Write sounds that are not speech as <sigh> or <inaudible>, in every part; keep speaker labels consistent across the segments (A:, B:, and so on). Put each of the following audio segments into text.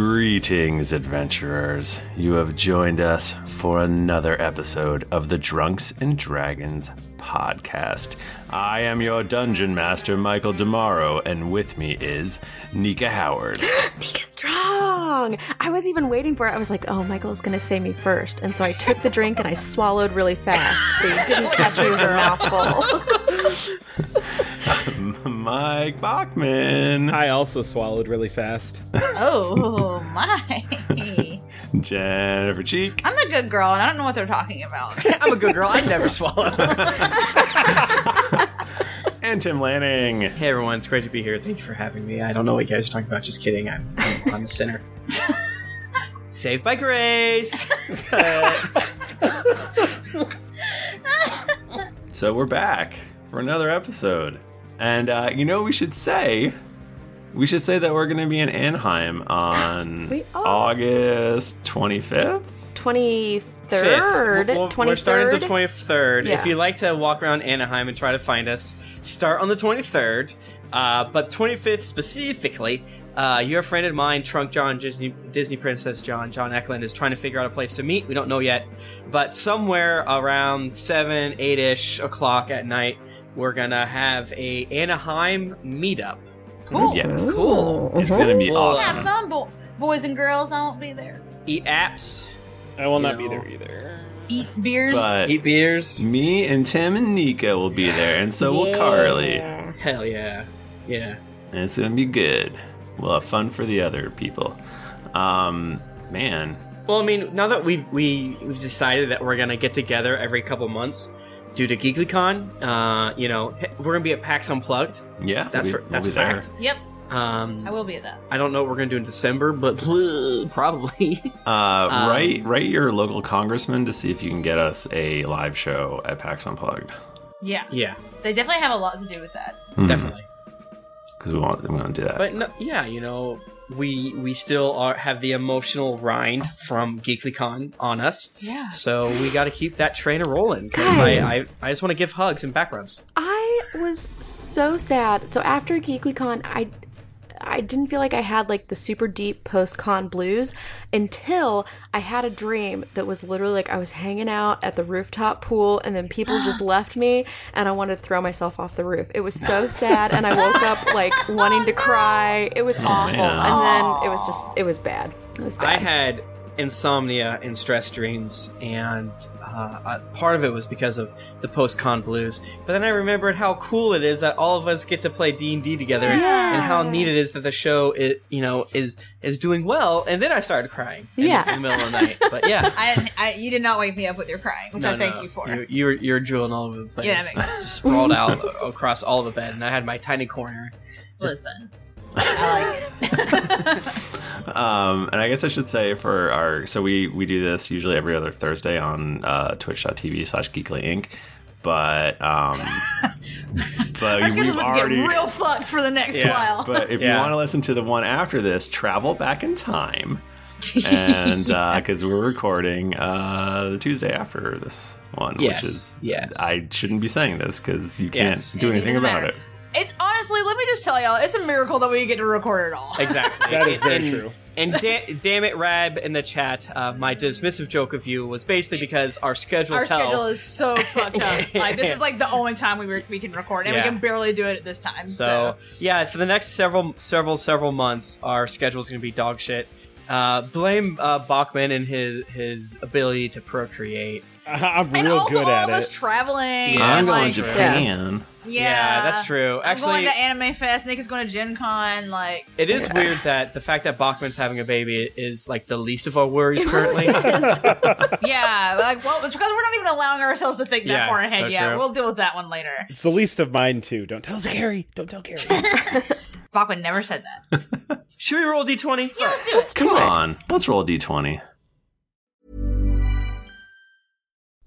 A: Greetings, adventurers. You have joined us for another episode of the Drunks and Dragons podcast. I am your dungeon master, Michael Damaro, and with me is
B: <laughs>
A: Nika Howard.
C: Nika Strong! I was even waiting for it. I was like, oh, Michael's going to say me first. And so I took the drink and I swallowed really fast. So you didn't catch me with a mouthful.
A: Mike Bachman.
B: I also swallowed really fast.
D: Oh <laughs> my!
A: Jennifer Cheek.
D: I'm a good girl, and I don't know what they're talking about.
B: <laughs> I'm a good girl. I
D: <laughs>
B: never swallow.
A: and Tim Lanning.
B: Hey everyone, it's great to be here. Thank you for having me. I don't know what you guys are talking about. Just kidding. I'm I'm, I'm a sinner. Saved by grace.
A: So we're back for another episode. And uh, you know, we should say, we should say that we're going to be in Anaheim on
C: <gasps> We are.
A: August 25th.
C: 23rd?
B: Well,
C: 23rd?
B: We're starting the 23rd.
C: Yeah.
B: If you like to walk around Anaheim and try to find us, start on the 23rd. Uh, but 25th specifically, uh, your friend and mine, Trunk John, Disney, Disney Princess John, John Eklund, is trying to figure out a place to meet. We don't know yet. But somewhere around 7, 8 ish o'clock at night, we're going to have a Anaheim meetup.
D: Cool.
A: Yes.
B: Cool.
A: It's going to be
B: Well,
A: awesome.
D: Have fun, bo- boys and girls. I won't be there.
B: Eat apps,
E: I will not
B: You
E: be
B: know.
E: there either.
D: Eat beers.
A: But
B: eat beers.
A: me and Tim and Nika will be there, and so will Carly. And
B: Hell yeah. Yeah.
A: it's going to be good. We'll have fun for the other people. Um, man,
B: Well, I mean, now that we've we, we've decided that we're gonna get together every couple months due to GeeklyCon, uh, you know, h- we're gonna be at PAX Unplugged.
A: yeah,
B: That's
A: we-
B: for,
A: we'll
B: that's
A: be
B: a fact.
D: yep, I
B: Um,
D: will be at that.
B: I don't know what we're gonna do in December, but <laughs> probably.
A: Uh,
B: Um,
A: write write your local congressman to see if you can get us a live show at PAX Unplugged
D: Yeah,
B: yeah,
D: they definitely have a lot to do with that.
B: definitely.
A: because Hmm. we want we want to do that.
B: But no, yeah, you know, we we still are have the emotional rind from GeeklyCon on us.
D: Yeah.
B: So we got to keep that train a rolling because I, I
C: Guys.
B: I just want to give hugs and back rubs.
C: I was so sad. So after GeeklyCon, I I didn't feel like I had like the super deep post-con blues until I had a dream that was literally like I was hanging out at the rooftop pool and then people just left me and I wanted to throw myself off the roof. It was so sad and I woke up like wanting to cry. It was awful.
A: man.
C: And then it was just it was bad. It was
B: I
C: bad.
B: had insomnia and stress dreams, and uh, uh, part of it was because of the post-con blues. But then I remembered how cool it is that all of us get to play D and D together, and- and how neat it is that the show, it you know, is is doing well. And then I started crying, in-
C: Yeah.
B: in the middle of the night. But yeah,
D: <laughs> I, I you did not wake me up with your crying, which
B: No,
D: I thank
B: no,
D: you for.
B: You're, you're you're drooling all over the place.
D: Yeah, that makes
B: just sprawled out across all the bed, and I had my tiny
D: <laughs>
B: corner.
D: Listen, I like it. <laughs>
A: Um, and I guess I should say for our so we we do this usually every other Thursday on uh, twitch.tv slash geekly inc.
D: <laughs>
A: But um but
D: I'm just
A: we've
D: about to
A: already
D: get real fucked for the next
B: Yeah,
D: while.
A: but if you
B: Yeah.
A: want to listen to the one after this, travel back
D: <laughs>
A: in time. and because we're recording uh, the Tuesday after this one,
B: Yes,
A: which is
B: yes.
A: I shouldn't be saying this because you can't
B: Yes.
A: do anything
D: doesn't
A: about
D: matter.
A: it.
D: It's honestly, let me just tell y'all, it's a miracle that we get to record at all.
B: Exactly.
E: That is very
B: And-
E: true.
B: And da- damn it, Rab, in the chat, uh, my dismissive joke of you was basically because our schedule's
D: Our
B: hell.
D: schedule is so
B: <laughs>
D: fucked up. Like this is like the only time we, re- we can record, and
B: Yeah.
D: we can barely do it at this time.
B: so, yeah, for the next several, several, several months, our schedule's going to be dog shit. Uh, blame uh, Bachman and his his ability to procreate.
E: I- I'm
D: and
E: real
D: also
E: good
D: all
E: at
D: of us
E: it.
D: traveling.
B: Yeah,
A: I'm
D: and,
A: going
D: like,
A: to Japan.
D: Yeah.
B: that's true.
D: I'm
B: Actually,
D: going to Anime Fest. Nick is going to Gen Con. Like,
B: it is weird that the fact that Bachman's having a baby is like the least of our worries
D: <laughs>
B: currently.
D: yeah, like well, it's because we're not even allowing ourselves to think that
B: Yeah,
D: far ahead
B: so
D: yet.
B: true.
D: We'll deal with that one later.
E: It's the least of mine too. Don't tell Gary. Don't tell Gary.
D: Bachman never said that.
B: Should we roll d twenty?
D: yeah, let's do
C: Let's
D: it.
C: do
A: Come
C: it.
A: on, let's roll a d20.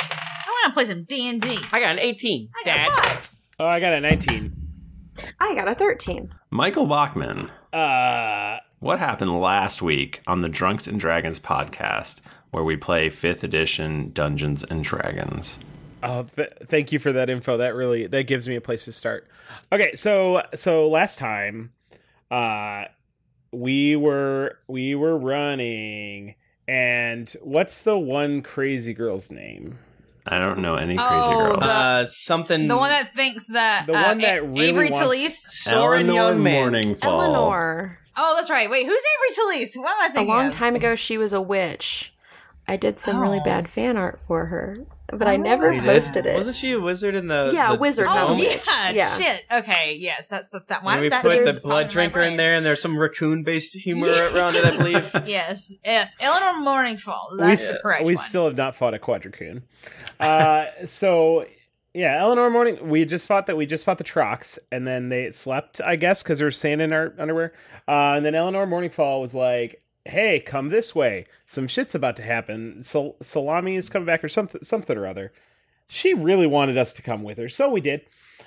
D: I want to play some D and D.
B: I got an 18.
D: I
B: Dad.
D: got five.
E: Oh, I got a 19.
C: I got a 13.
A: Michael Bachman,
E: Uh,
A: what happened last week on the Drunks and Dragons podcast where we play 5th edition Dungeons and Dragons?
E: Oh, th- thank you for that info. That really that gives me a place to start. Okay, so so last time, uh, we were we were running, and what's the one crazy girl's name?
A: I don't know any crazy
D: Oh,
A: girls.
D: the-
B: Uh, something.
D: The one that thinks that
E: The
D: uh,
E: one that
D: A-
E: really
D: Avery
E: wants-
D: Talese.
B: Soren
A: Eleanor
B: Youngman.
A: Morningfall.
C: Eleanor.
D: Oh, that's right. Wait, who's Avery Talese? What am I
C: A
D: thinking?
C: long
D: of? Oh.
C: time ago, she was a witch. I did some really bad fan art for her, but I never
B: You did?
C: posted it.
B: Wasn't she a wizard in the?
C: Yeah,
B: the
C: a wizard, not
D: Oh
C: a
B: dome?
C: witch.
D: yeah,
C: Yeah.
D: shit. Okay, yes, that's the, that one.
B: And we
D: that
B: put
D: there's
B: the blood
D: on my
B: drinker in
D: brain.
B: there, and there's some raccoon-based humor around it, I <laughs> believe.
D: Yes, yes. Eleanor Morningfall.
E: we,
D: That's
E: s-
D: the correct.
E: we
D: one.
E: still have not fought a quadricoon. Uh, <laughs> so yeah, Eleanor Morning. We just fought that. We just fought the Trox, and then they slept, I guess, because there was sand in our underwear. Uh, and then Eleanor Morningfall was like, "Hey, come this way. Some shit's about to happen. Sal- salami is coming back, or something, something or other." She really wanted us to come with her, so we did.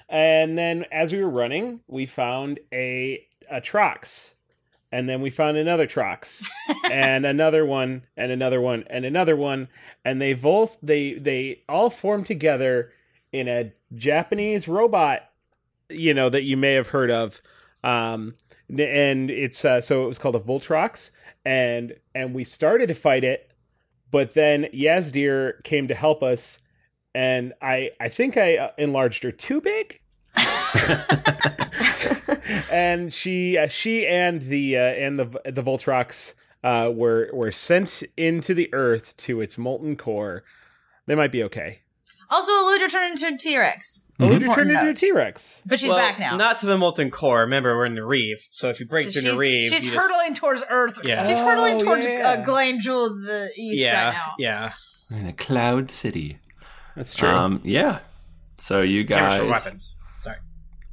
E: And then as we were running, we found a a Trox and then we found another Trox, and another one, and another one, and another one, and they both they they all formed together in a Japanese robot, you know that you may have heard of, um, n- and it's uh, so it was called a Voltrox, and and we started to fight it, but then Yazdir came to help us, and I I think I uh, enlarged her too <laughs> big and she uh, she and the uh, and the the Voltrox uh, were were sent into the Earth to its molten core. They might be okay.
D: also, Eluder turned into a T Rex,
E: Eludra turned into a
D: note.
E: T Rex.
D: but <laughs> she's
B: Well,
D: back now.
B: Not to the molten core. Remember, we're in the reef. So if you break
D: So
B: through the
D: she's-
B: reef,
D: She's
B: you just-
D: hurtling towards Earth.
B: Yeah.
D: She's hurtling
E: Oh,
D: towards
E: yeah.
D: uh, Glen Jewel to the east right
B: yeah,
D: now.
B: yeah.
A: In a cloud city.
E: That's true.
A: Um, yeah. So you
B: Chemical
A: guys,
B: weapons. Sorry.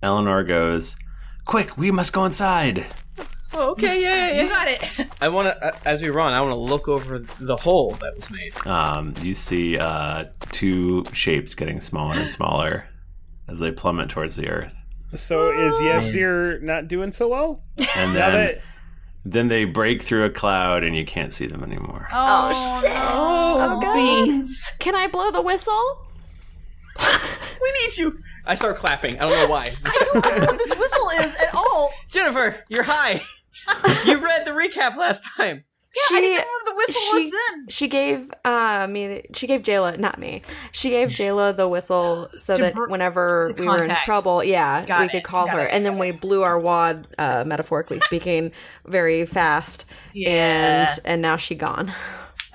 A: Eleanor goes, "Quick, we must go inside."
B: Oh, okay, yeah,
D: You got it.
B: I want to, uh, as we run, I want to look over the hole that was made.
A: Um, you see uh, two shapes getting smaller and smaller as they plummet towards the earth,
E: so is Yazdir not doing so well?
A: and
E: Now
A: then
E: that
A: then they break through a cloud, and you can't see them anymore.
C: Oh, shit.
B: Oh,
C: God. Can I blow the whistle?
B: we need you. I start clapping. I don't know why.
D: I don't know
B: <laughs>
D: what this whistle is at all. <laughs>
B: Jennifer, you're high. you read the recap last time.
C: she,
D: the whistle
C: she, was then. She gave uh, me, she gave Jayla, not me, she gave Jayla the
D: <gasps>
C: whistle so
D: To
C: that
D: br-
C: whenever
D: to
C: we were in
D: contact.
C: trouble, yeah,
D: Got
C: we
D: it,
C: could call
D: got
C: her.
D: it,
C: and then we blew our wad, uh,
D: <laughs>
C: metaphorically speaking, very fast.
D: Yeah.
C: And and now she gone.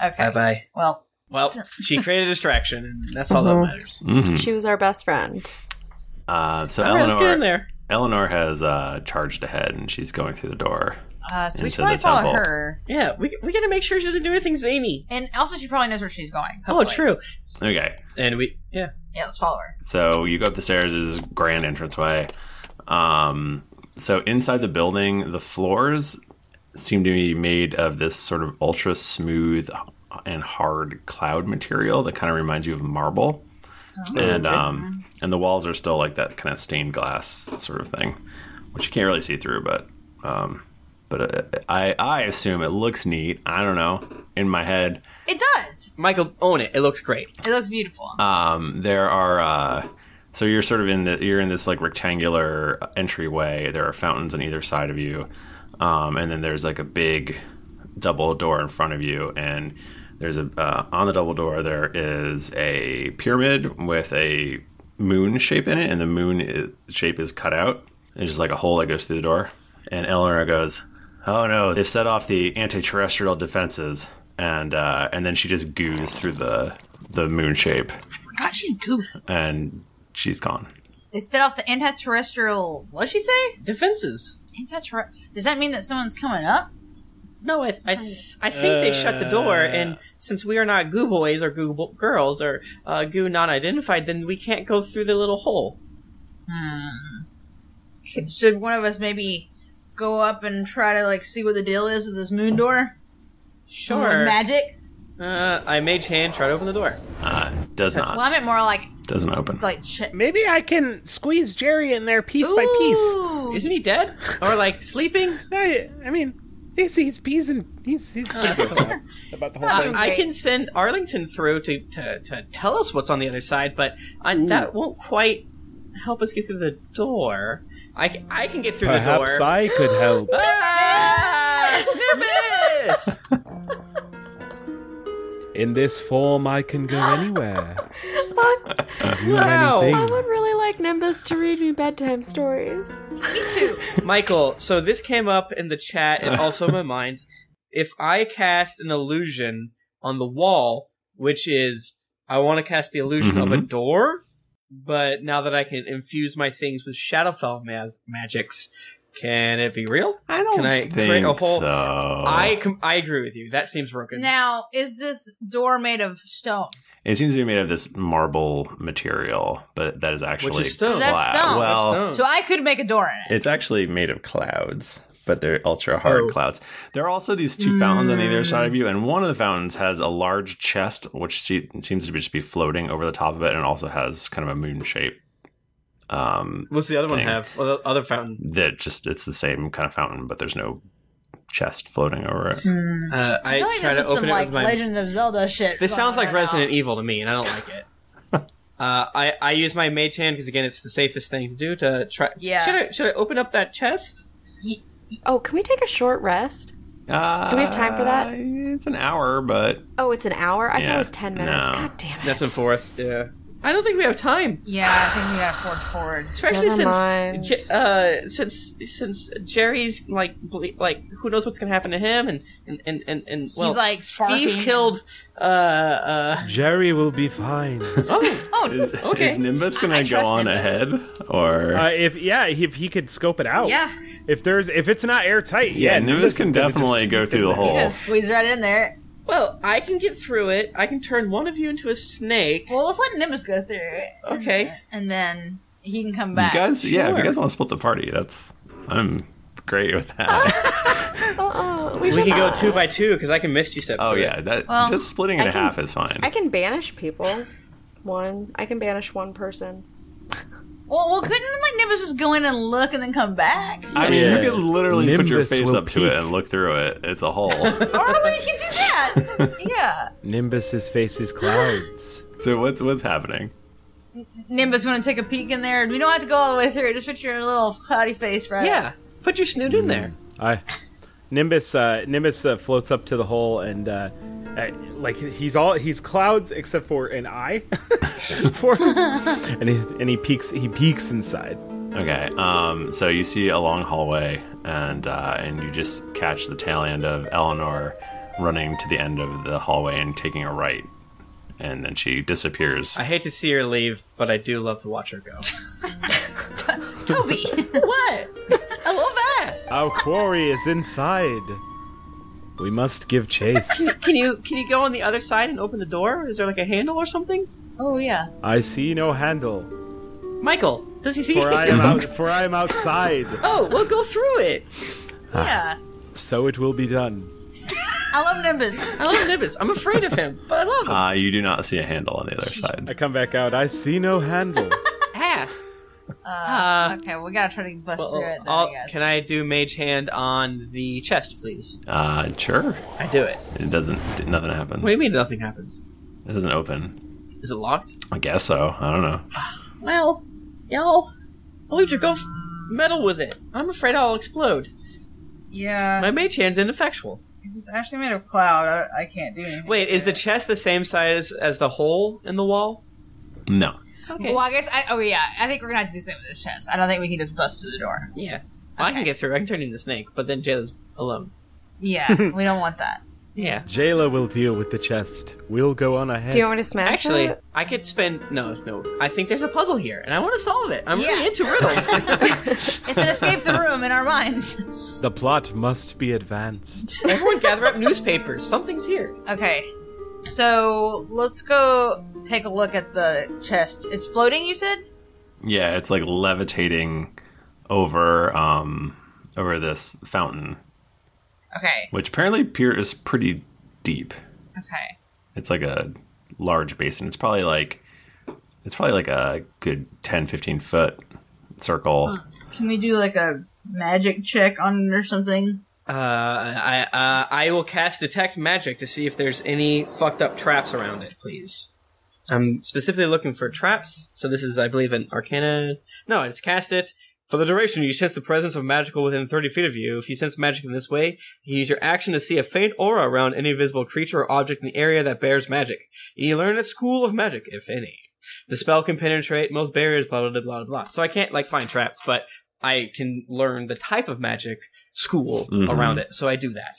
D: Okay.
B: Bye bye.
D: Well,
B: Well, she created a distraction, and that's all
C: Uh-huh.
B: that matters.
C: She was our best
D: <laughs>
C: friend.
A: Mm-hmm. Uh, so
B: All right, let's
A: Eleanor,
B: get in there.
A: Eleanor has uh, charged ahead, and she's going through the door.
D: uh, so we
A: Into
D: should probably
A: the
D: follow
A: temple.
D: her,
B: Yeah, we we gotta make sure she doesn't do anything zany.
D: and also she probably knows where she's going.
B: Oh,
D: hopefully.
B: true.
A: Okay,
B: And we yeah.
D: Yeah, let's follow her.
A: so you go up the stairs. There's this grand entranceway. Um, so inside the building, the floors seem to be made of this sort of ultra smooth and hard cloud material that kind of reminds you of marble.
F: Oh.
A: and um, and the walls are still like that kind of stained glass sort of thing, which you can't really see through. But um, but uh, I I assume it looks neat. I don't know. In my head,
D: It does.
B: Michael, own it. It looks great.
D: It looks beautiful.
A: um, there are uh, so you're sort of in the you're in this like rectangular entryway. There are fountains on either side of you, um, and then there's like a big double door in front of you. And there's a uh, on the double door there is a pyramid with a moon shape in it, and the moon i shape is cut out. It's just like a hole that goes through the door. And Eleanor goes, "Oh no! They've set off the anti-terrestrial defenses." And uh, and then she just goos through the the moon shape
D: God, she's doing.
A: and she's gone.
D: They set off the anti-terrestrial. What did she say?
B: Defenses.
D: Anti-terrestrial. Does that mean that someone's coming up?
B: No, I I, I think they shut the door,
A: Uh.
B: and since we are not goo boys or goo bo- girls or uh, goo non-identified, then we can't go through the little hole.
D: Hmm. Should, should one of us maybe go up and try to like see what the deal is with this moon door? Someone with
B: Sure.
D: Magic.
B: Uh, I mage hand try to open the door.
A: Uh, does
D: Well,
A: not
D: I meant more like
A: doesn't open.
D: like. Ch-
E: Maybe I can squeeze Jerry in there piece by piece.
D: Ooh.
B: Isn't he dead or like sleeping?
E: I, I mean, he's he's he's, in, he's, he's about the whole
B: I-
E: thing.
B: Uh, I can send Arlington through to, to, to tell us what's on the other side, but I, that won't quite help us get through the door. I, ca- I can get through the door.
D: <laughs>
E: I could help.
B: Ah, Nimbus!
E: In this form, I can go anywhere.
C: Fuck. I
B: wow.
C: would really like Nimbus to read me bedtime stories.
D: Me too.
B: Michael, so this came up in the chat and also in my mind. If I cast an illusion on the wall, which is I want to cast the illusion of a door, but now that I can infuse my things with Shadowfell mas- magics, can it be real? I don't can I create
A: Think
B: a whole
A: so.
B: I com- I agree with you. That seems broken.
D: Now, is this door made of stone?
A: It seems to be made of this marble material, but that is actually
B: Which is stone.
D: That's
A: cloud.
D: stone.
A: Well,
B: That's
D: So I could make a door in it.
A: it's actually made of clouds, but they're ultra hard
B: Oh.
A: clouds. There are also these two fountains on the other
C: Mm.
A: side of you, and one of the fountains has a large chest, which se- seems to be just be floating over the top of it, and also has kind of a moon shape. Um,
B: What's the other one
A: Thing.
B: have? Well, the other fountain.
A: that just it's the same kind of fountain, but there's no chest floating over it.
B: Uh, I,
D: Hmm. I feel like
B: try
D: this
B: to
D: is some
B: open it
D: like
B: with my.
D: Legend of Zelda shit.
B: This
D: going
B: sounds
D: on
B: like
D: right
B: Resident
D: now.
B: Evil to me, and I don't like
A: <laughs>
B: it. Uh, I, I use my mage hand because again it's the safest thing to do to try.
D: <laughs> Yeah.
B: Should I should I open up that chest?
C: Oh, can we take a short rest?
A: Uh,
C: Do we have time for that?
D: Uh,
A: It's an hour, but
C: Oh, it's an hour? I thought
A: Yeah,
C: it was 10 minutes.
A: no.
C: God damn it.
B: That's in fourth. Yeah. I don't think we have time,
D: Yeah, I think we got forward forward.
B: especially
C: Never
B: since
C: mind.
B: Je- uh, since since Jerry's like ble- like who knows what's gonna happen to him and and and and, and well
D: like,
B: Steve
D: barking.
B: killed uh uh
E: Jerry will
D: <laughs>
E: be fine.
A: is,
B: Okay.
A: is Nimbus going
D: Oh, I
A: to go
D: trust
A: on
D: Nimbus.
A: ahead or?
E: Uh, if yeah, if he could scope it out.
D: Yeah.
E: If there's if it's not airtight,
A: yeah,
E: yeah,
A: Nimbus can
E: is gonna
A: definitely
E: just
A: go
E: sneak
A: through the
E: in there.
A: hole.
D: Just squeeze right in there.
B: well I can get through it. I can turn one of you into a snake.
D: Well, let's let Nimbus go through it. and-
B: Okay.
D: And then he can come
A: You
D: back.
A: guys, yeah, if you guys want to split the party, that's I'm great with that.
C: Uh-uh, we,
B: We
C: should
B: can go
C: not.
B: two by two because I can misty step.
A: oh
B: through it.
A: yeah, that
D: Well,
A: just splitting it in
C: can-
A: half is fine.
C: I can banish people. One. I can banish one person.
D: Well, well, couldn't like Nimbus just go in and look and then come back?
A: I mean,
E: Yeah.
A: you could literally put your
E: Nimbus
A: face
E: will
A: up to it
E: peek.
A: and look through it. It's a
D: <laughs>
A: hole.
D: Or we can do that. yeah.
E: <laughs> Nimbus's face is clouds.
A: so what's what's happening?
D: Nimbus, want to take a peek in there? We don't have to go all the way through. Just put your little cloudy face right.
B: Yeah. Put your snoot in there.
E: I Nimbus uh, Nimbus uh, floats up to the hole and uh, uh, like he's all he's clouds except for an eye, <laughs> for
D: <laughs>
E: and he, and he peeks he peeks inside.
A: Okay, um, so you see a long hallway, and uh, and you just catch the tail end of Eleanor running to the end of the hallway and taking a right, and then she disappears.
B: I hate to see her leave, but I do love to watch her go.
D: Toby,
B: what?
D: <laughs>
B: I love ass.
E: Our quarry is inside. We must give chase.
B: Can you can you go on the other side and open the door? Is there like a handle or something?
D: Oh yeah.
E: I see no handle,
B: Michael, does he see?
E: for I
B: <laughs>
E: am out, for I am outside.
B: oh, well, go through it.
D: Yeah.
E: So it will be done.
D: I love Nimbus.
B: I love Nimbus. I'm afraid of him, but I love him.
A: Uh, you do not see a handle on the other
E: I
A: side.
E: come back out. I see no handle.
B: Ass.
D: Uh, Okay, we gotta try to bust
B: Uh, Well, uh,
D: through it then,
B: I'll-
D: I guess.
B: can I do mage hand on the chest, please?
A: Uh, sure,
B: I do it.
A: it doesn't. Nothing happens.
B: What do you mean nothing happens?
A: It doesn't open.
B: Is it locked?
A: I guess so. I don't know.
D: <laughs> Well, y'all.
B: Aludra, go f- meddle with it. I'm afraid I'll explode.
D: Yeah.
B: My mage hand's ineffectual.
D: If it's actually made of cloud, I, I can't do anything.
B: Wait, is the chest the same size as the hole in the wall?
A: No.
B: Okay.
D: Well, I guess I. Oh yeah, I think we're gonna have to do something with this chest. I don't think we can just bust through the door.
B: Yeah. Well, I can get through. I can turn into a snake, but then Jayla's alone. <laughs>
D: Yeah, we don't want that.
B: Yeah.
E: Jayla will deal with the chest. We'll go on ahead.
C: Do you want me to smash
B: Actually,
C: it?
B: I could spend. No, no. I think there's a puzzle here, and I want to solve it. I'm
D: Yeah.
B: really into
C: <laughs>
B: riddles.
D: <laughs>
B: <laughs>
D: It's an escape the room in our minds.
E: the plot must be advanced.
B: Everyone gather up newspapers. Something's here.
D: Okay, so let's go take a look at the chest. It's floating. You said.
A: Yeah, it's like levitating over um over this fountain,
D: Okay.
A: which apparently pier is pretty deep.
D: Okay.
A: It's like a large basin. It's probably like it's probably like a good 10 15 foot circle.
D: Can we do like a magic check on it or something?
B: Uh, I uh, I will cast detect magic to see if there's any fucked up traps around it, please. I'm specifically looking for traps, so this is, I believe, an Arcana. No, it's cast it for the duration. You sense the presence of magical within 30 feet of you. If you sense magic in this way, you can use your action to see a faint aura around any visible creature or object in the area that bears magic. You learn a school of magic, if any. The spell can penetrate most barriers, blah blah blah blah blah. So I can't like find traps, but I can learn the type of magic school
A: Mhm.
B: around it. So I do that.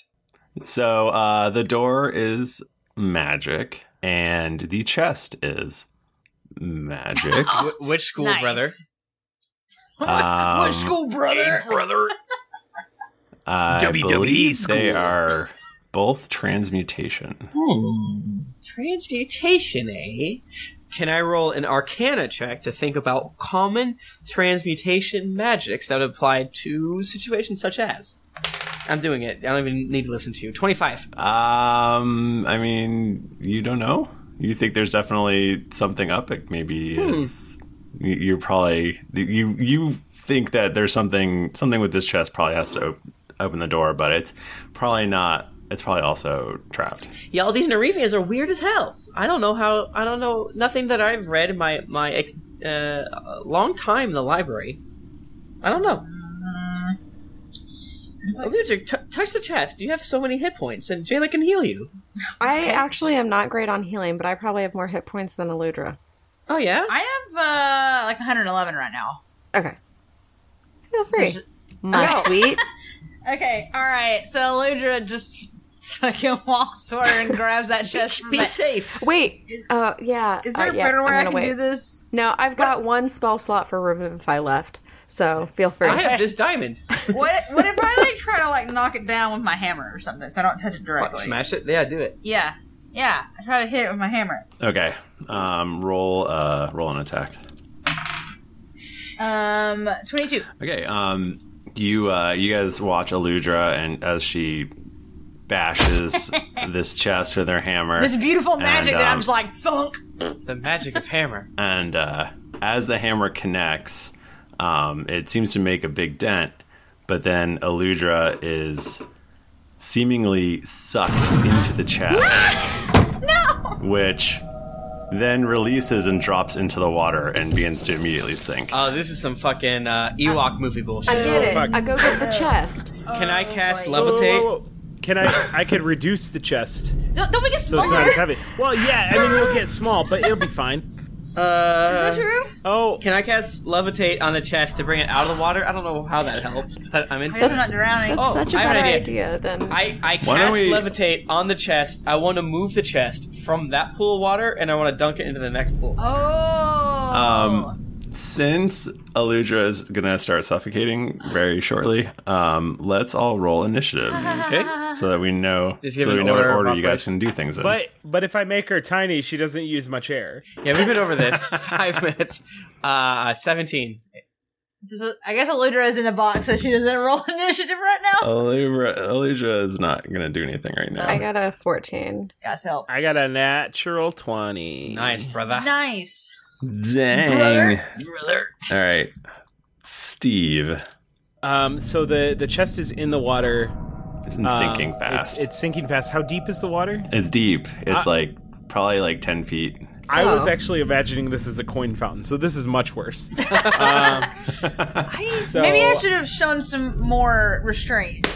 A: So, uh the door is magic and the chest is magic.
B: Wh- which school,
D: nice.
B: brother?
A: Um,
D: Which school, brother?
A: I
G: WWE
A: believe They
G: school.
A: are both transmutation.
B: Transmutation, eh? Can I roll an Arcana check to think about common transmutation magics that would apply to situations such as? I'm doing it. I don't even need to listen to you. Twenty-five.
A: Um, I mean, you don't know. You think there's definitely something up. It maybe
D: Hmm.
A: is. you- You're probably you you think that there's something something with this chest probably has to op- open the door, but it's probably not. It's probably also trapped.
B: Yeah, all these Nerevians are weird as hell. I don't know how. I don't know nothing that I've read in my my ex- uh, long time in the library. I don't know.
D: Uh,
B: Oh, Ludwig, t- touch the chest. You have so many hit points, and Jayla can heal you.
C: I actually am not great on healing, but I probably have more hit points than Aludra.
B: Oh yeah.
D: I have uh, like 111 right now.
C: Okay. Feel free.
D: sh-
C: My
D: No.
C: <laughs> sweet.
D: Okay, all right. So Ludra just fucking <laughs> walks toward and grabs that chest. from
B: Be
D: my-
B: safe.
C: Wait. Uh, yeah.
D: Is there
C: uh,
D: a
C: yeah,
D: better way
C: I'm
D: I
C: gonna
D: can
C: wait.
D: do this?
C: No, I've got one spell slot for Revivify left, so feel free.
B: I have this diamond.
D: What What if I like try to like knock it down with my hammer or something, so I don't touch it directly?
B: Smash it. Yeah, do it.
D: Yeah, yeah. I try to hit it with my hammer.
A: Okay. Um, roll uh roll an attack.
D: Um, 22.
A: Okay. Um, you uh, you guys watch Aludra and as she
D: <laughs>
A: bashes this chest with her hammer.
D: This beautiful
A: And,
D: magic that I'm
A: um,
D: just like thunk.
B: The magic of hammer.
A: <laughs> and uh, as the hammer connects, um, it seems to make a big dent. But then Eludra is seemingly sucked into the chest,
D: No.
A: which then releases and drops into the water and begins to immediately sink.
B: Oh, this is some fucking uh, Ewok movie bullshit.
D: <laughs>
C: Get it. I go get the chest.
B: Can I
D: Oh,
B: cast
E: Whoa, whoa,
B: levitate?
E: whoa, whoa. Can I? I could reduce the chest
D: Don't, don't make it
E: so
D: smaller. <laughs>
E: it's not as heavy. Well, yeah. I
B: <laughs>
E: mean, we'll get small, but it'll be fine.
B: Uh,
D: Is that true?
E: Oh,
B: Can I cast levitate on the chest to bring it out of the water? I don't know how that helps, but I'm
D: I hope I'm not
B: interested.
D: drowning.
C: That's
B: Oh,
C: such a
B: I have an
C: better
B: idea.
C: idea. than
B: I, I
A: Why don't
B: cast
A: we-
B: levitate on the chest. I want to move the chest from that pool of water, and I want to dunk it into the next pool. Uh,
D: Oh.
A: Um, since Aludra is gonna start suffocating very shortly, um, let's all roll
D: <laughs>
A: initiative, okay? So that we know,
B: Just
A: so
B: give
A: that
B: an
A: we know what
B: order,
A: order you
B: roughly.
A: guys can do things in.
E: But but if I make her tiny, she doesn't use much air.
B: Yeah, we've been over this <laughs> five minutes. Uh, seventeen.
D: Does it- I guess Eludra is in a box, so she doesn't <laughs> roll initiative right now.
A: Aludra, Aludra is not gonna do anything right now.
C: I got a 14.
D: Yes, help.
E: I got a natural twenty.
B: Nice, brother.
D: Nice.
A: Dang! All right, Steve
E: Um. So the the chest is in the water.
A: isn't
E: um,
A: sinking
E: it's-
A: fast.
E: It's, sinking fast. How deep is the water?
A: It's deep. It's like probably like ten feet.
E: I
B: Oh.
A: Oh.
E: was actually imagining this as a coin fountain, so this is much worse. um, so,
D: Maybe I should have shown some more restraint.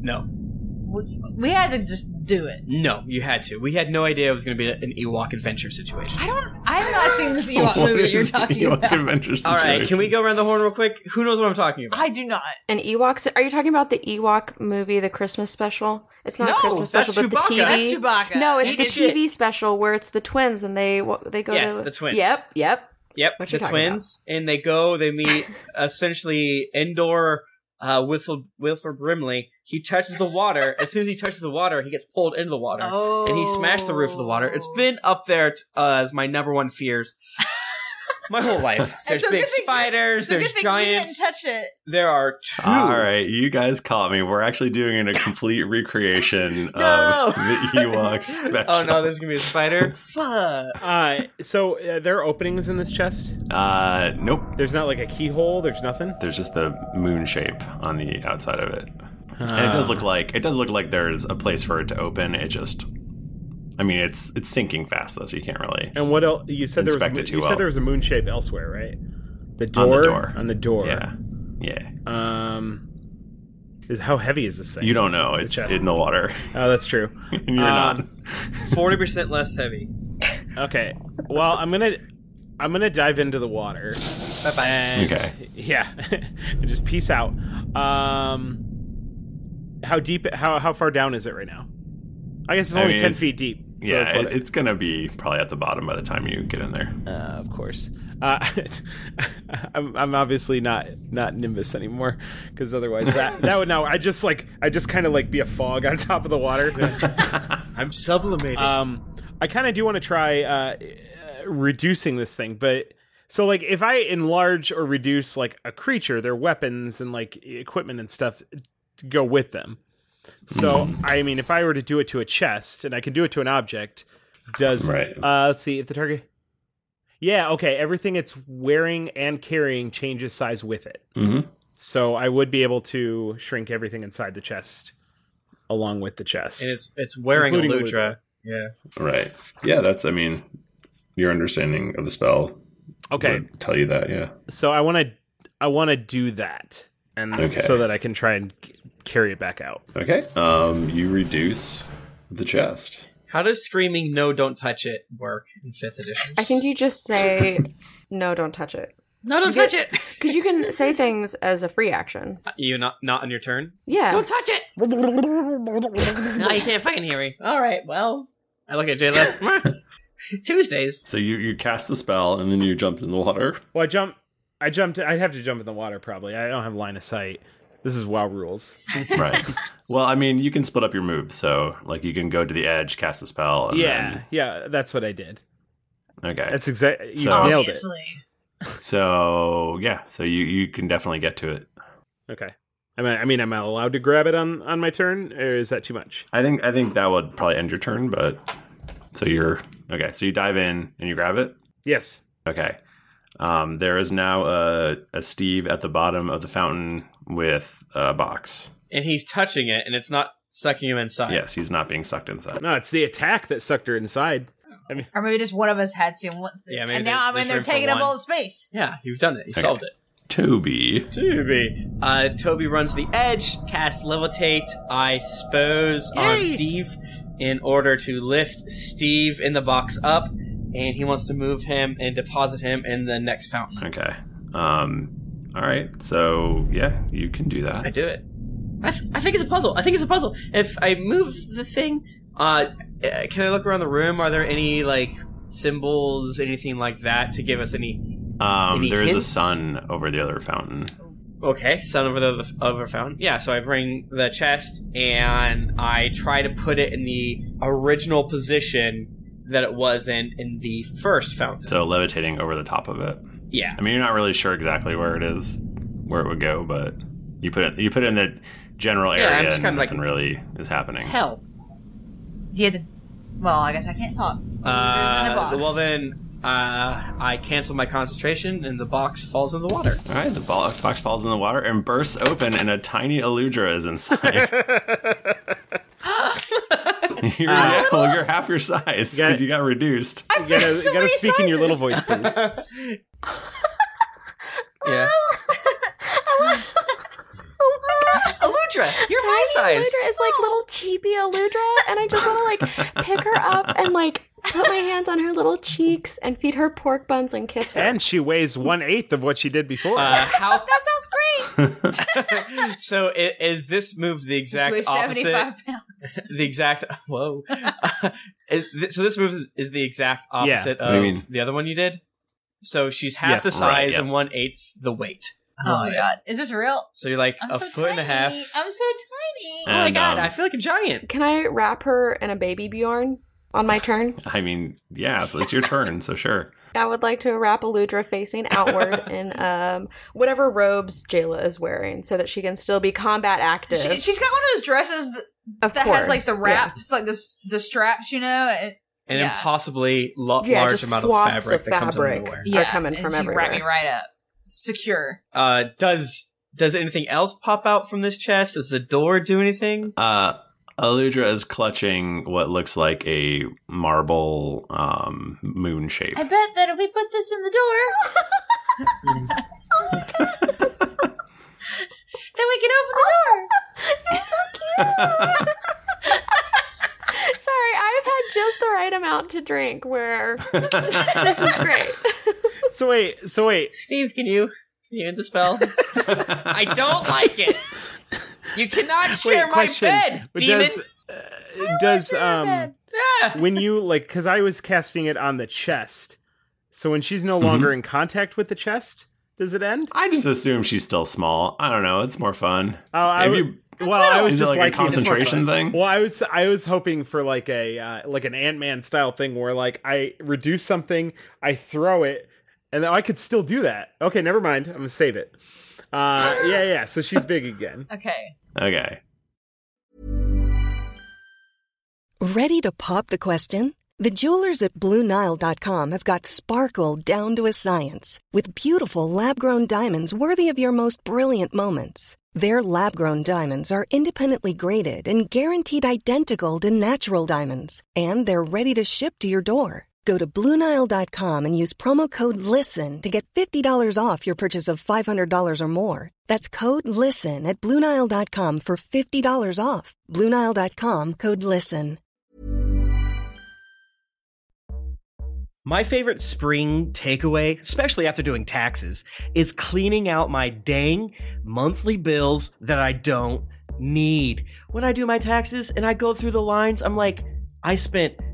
B: No,
D: We, we had to just do it.
B: no, you had to. We had no idea it was going to be an Ewok adventure situation.
D: I don't. I have not seen this Ewok
A: <laughs> What
D: movie that you're
A: is the
D: talking
A: Ewok
D: about.
A: adventure
B: All right,
A: situation?
B: can we go around the horn real quick? Who knows what I'm talking about?
D: I do not.
C: And Ewoks. Are you talking about the Ewok movie, the Christmas special? It's not
B: No,
C: a Christmas
B: that's
C: special, but
B: Chewbacca.
C: the
D: That's
C: TV.
D: Chewbacca.
C: No, it's
B: Eat
C: the
B: shit.
C: TV special where it's the twins and they wa- they go
B: Yes,
C: to
B: the twins.
C: Yep, yep.
B: Yep,
C: What
B: the
C: you talking
B: twins, and they go. They meet
C: <laughs>
B: essentially indoor. Uh, Wilford, Wilford Brimley. He touches the water. as soon as he touches the water, he gets pulled into the water,
D: Oh.
B: and he smashed the roof of the water. It's
C: Oh.
B: been up there t- uh, as my number one
C: <laughs>
B: fears. My whole life. There's
D: It's a
B: big
D: good thing-
B: spiders.
D: It's a
B: There's
D: good thing
B: giants.
D: You didn't touch it.
B: there are two.
A: All right, you guys caught me. We're actually doing a complete recreation
B: <laughs> No!
A: of the Ewok special.
B: <laughs> Oh no, there's gonna be a spider. Fuck.
E: Uh, so uh, there are openings in this chest.
A: Uh, nope.
E: There's not like a keyhole. There's nothing.
A: There's just the moon shape on the outside of it, and it does
E: Um,
A: look like it does look like there's a place for it to open. It just, I mean, it's it's sinking fast though, so you can't really.
E: Uh, And what else? You said there was. A,
A: Inspect
E: moon-
A: it too
E: you
A: well.
E: said there was a moon shape elsewhere, right? The door.
A: On the door.
E: On the door.
A: Yeah, yeah.
E: Um. Is, how heavy is this thing?
A: You don't know. It's
E: chest.
A: in the water,
E: <laughs>
A: <laughs>
E: Oh, that's true.
A: and you're not.
E: Um,
B: Forty percent less heavy.
E: Okay. Well, I'm gonna I'm gonna dive into the water.
B: Bye bye.
E: And
A: Okay.
E: Yeah. <laughs> and just peace out. Um, how deep? How how far down is it right now? I guess it's
A: I
E: only
A: mean,
E: ten
A: it's-
E: feet deep. So
A: yeah,
E: that's what
A: it- it's gonna be probably at the bottom by the time you get in there.
E: uh, of course. Uh, <laughs> I'm, I'm obviously not not Nimbus anymore because otherwise that that would now I just like I just kind of like be a fog on top of the water.
B: I'm sublimating.
E: Um, I kind of do want to try uh, uh, reducing this thing, but so like if I enlarge or reduce like a creature, their weapons and like equipment and stuff go with them. So
A: Hmm.
E: I mean, if I were to do it to a chest, and I can do it to an object, does
A: Right.
E: uh, let's see if the target. Yeah, okay. Everything it's wearing and carrying changes size with it.
A: Mhm.
E: So I would be able to shrink everything inside the chest along with the chest.
B: and it's it's wearing a
E: Including
B: Ludra. Yeah.
A: Right. Yeah, that's. I mean, your understanding of the spell
E: okay.
A: tell you that. Yeah.
E: so I want to I want to do that, and
A: Okay.
E: so that I can try and c- carry it back out.
A: Okay. Um, you reduce the chest.
B: How does screaming "No, don't touch it" work in fifth edition?
C: I think you
D: <laughs>
C: just say, no, don't touch it.
D: No, don't touch it.
C: Because you
D: <laughs>
C: can say things as a free action.
B: you not not on your turn.
C: Yeah.
D: Don't touch it. <laughs>
B: No, you can't fucking hear me.
D: All right. Well,
B: I look at
A: <laughs>
B: Jayla. Tuesdays.
A: So you you cast the spell and then you jumped in the water.
E: Well, I jump. I jumped. I'd have to jump in the water probably. I don't have line of sight. This is WoW rules.
A: <laughs> Right. well, I mean, you can split up your move. So like you can go to the edge, cast a spell. And
E: yeah, yeah, that's what I did.
A: Then, okay.
E: That's exactly. You
A: So-
E: nailed it.
D: obviously.
A: so yeah. So you you can definitely get to it.
E: Okay. I mean, I mean, am I allowed to grab it on on my turn, or is that too much?
A: I think I think that would probably end your turn, but so you're okay. So you dive in and you grab it.
E: Yes.
A: Okay. Um, there is now a, a Steve at the bottom of the fountain with a box.
B: And he's touching it, and it's not sucking him inside.
A: Yes, he's not being sucked inside.
E: No, it's the attack that sucked her inside.
D: Or maybe just one of us had to and once.
B: Yeah, maybe
D: and now
B: there-
D: I'm
B: there's
D: in there
B: room for
D: taking up
B: one.
D: all the space.
B: Yeah, you've done it. You solved it.
A: Toby.
B: Toby. Uh, Toby runs the edge, casts levitate, I suppose, on Steve in order to lift Steve in the box up, and he wants to move him and deposit him in the next fountain.
A: Okay. Um. All right. So yeah, you can do
B: I
A: that.
B: do it. I, th- I think it's a puzzle. I think it's a puzzle. If I move the thing, uh, uh, can I look around the room? Are there any like symbols, anything like that, to give us any?
A: Um.
B: Any
A: There is a
B: hints?
A: sun over the other fountain.
B: Okay, son over the over fountain. Yeah, so I bring the chest and I try to put it in the original position that it was in in the first fountain.
A: So levitating over the top of it.
B: Yeah.
A: I mean, you're not really sure exactly where it is, where it would go, but you put it you put it in the general
B: Yeah,
A: area.
B: I'm just
A: and
B: kinda like-
A: nothing really is happening.
B: Hell.
D: You had to. Well, I guess I can't
B: Uh,
D: talk. It was in a box.
B: Well then, uh, I cancel my concentration and the box falls in the
D: <laughs>
B: water.
A: All right, the bo- box falls in the water and bursts open, and a tiny Eludra is
E: <laughs>
A: inside. <laughs> you're, well, you're half your size because you got reduced.
E: You gotta, you gotta speak in your little voice, please.
D: <laughs>
B: Yeah.
D: <laughs>
B: Aludra, you're my
C: Tiny
B: size.
C: Aludra is like little cheapy Aludra, and I just want to like pick her up and like put my hands on her little cheeks and feed her pork buns and kiss her.
E: And she weighs one eighth of what she did before.
B: Uh,
C: <laughs>
B: how
D: That sounds great.
B: so? i- Is this move the exact
D: Weighs
B: opposite?
D: 75 pounds.
B: <laughs> The exact whoa. <laughs> Is thi- so this move is the exact opposite
A: What do you
B: of
A: mean?
B: the other one you did. So she's half
E: Yes.
B: the
A: Right,
B: size
A: yeah.
B: and one eighth the weight.
D: Oh my god. Is this real?
B: So you're like
D: I'm
B: a
D: so
B: foot and a half.
D: tiny. I'm so tiny.
B: oh my
A: And,
B: god!
A: um,
B: I feel like a giant.
C: Can I wrap her in a baby Bjorn on my turn?
A: I mean, yeah, so it's your turn, so sure.
C: I would like to wrap Aludra facing
D: <laughs>
C: outward in um, whatever robes Jayla is wearing, so that she can still be combat active.
D: She, she's got one of those dresses th-
C: of
D: that
C: course,
D: has like the
C: yeah.
D: wraps, like the s- the straps, you know. and-
B: An
D: yeah.
B: impossibly lo-
C: Yeah,
B: large
C: just
B: amount of
C: swaths
B: fabric
C: of
B: that comes out of
C: fabric.
B: nowhere.
C: are coming
D: and
C: from
D: she Wrapped me
C: everywhere.
D: right up, secure.
B: Uh, does does anything else pop out from this chest? Does the door do anything?
A: Uh, Aludra is clutching what looks like a marble um, moon shape.
D: I bet that if we put this in the door, <laughs> then we can open the door.
C: <laughs> Sorry, I've had just the right amount to drink.
E: <laughs>
C: Where this is great.
E: so wait, so wait.
B: Steve, can you can you end the spell? I don't like it. You cannot share
E: wait,
B: my
E: question.
B: bed, demon.
E: Does, uh, does um
B: Ah!
E: when you like because I was casting it on the chest, so when she's no longer in contact with the chest, does it end?
A: Mm-hmm. I just assume she's still small. I don't know. It's more fun.
E: Oh, I
A: If
E: w-
A: you-
E: well, I was
A: is it like,
E: just
A: a
E: liking- it's more
A: concentration
E: fun.
A: thing?
E: Well, I was I was hoping for like a uh, like an Ant Man style thing where like I reduce something, I throw it, and I could still do that. Okay, never mind. I'm gonna save it. Uh, yeah, yeah. So she's big again.
D: Okay.
A: <laughs> Okay.
H: Ready to pop the question? The jewelers at BlueNile.com have got sparkle down to a science with beautiful lab grown diamonds worthy of your most brilliant moments. Their lab grown diamonds are independently graded and guaranteed identical to natural diamonds, and they're ready to ship to your door. Go to BlueNile.com and use promo code LISTEN to get $50 off your purchase of $500 or more. That's code LISTEN at BlueNile.com for $50 off. BlueNile.com code LISTEN.
B: My favorite spring takeaway, especially after doing taxes, is cleaning out my dang monthly bills that I don't need. When I do my taxes and I go through the lines, I'm like, I spent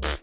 B: Pfft,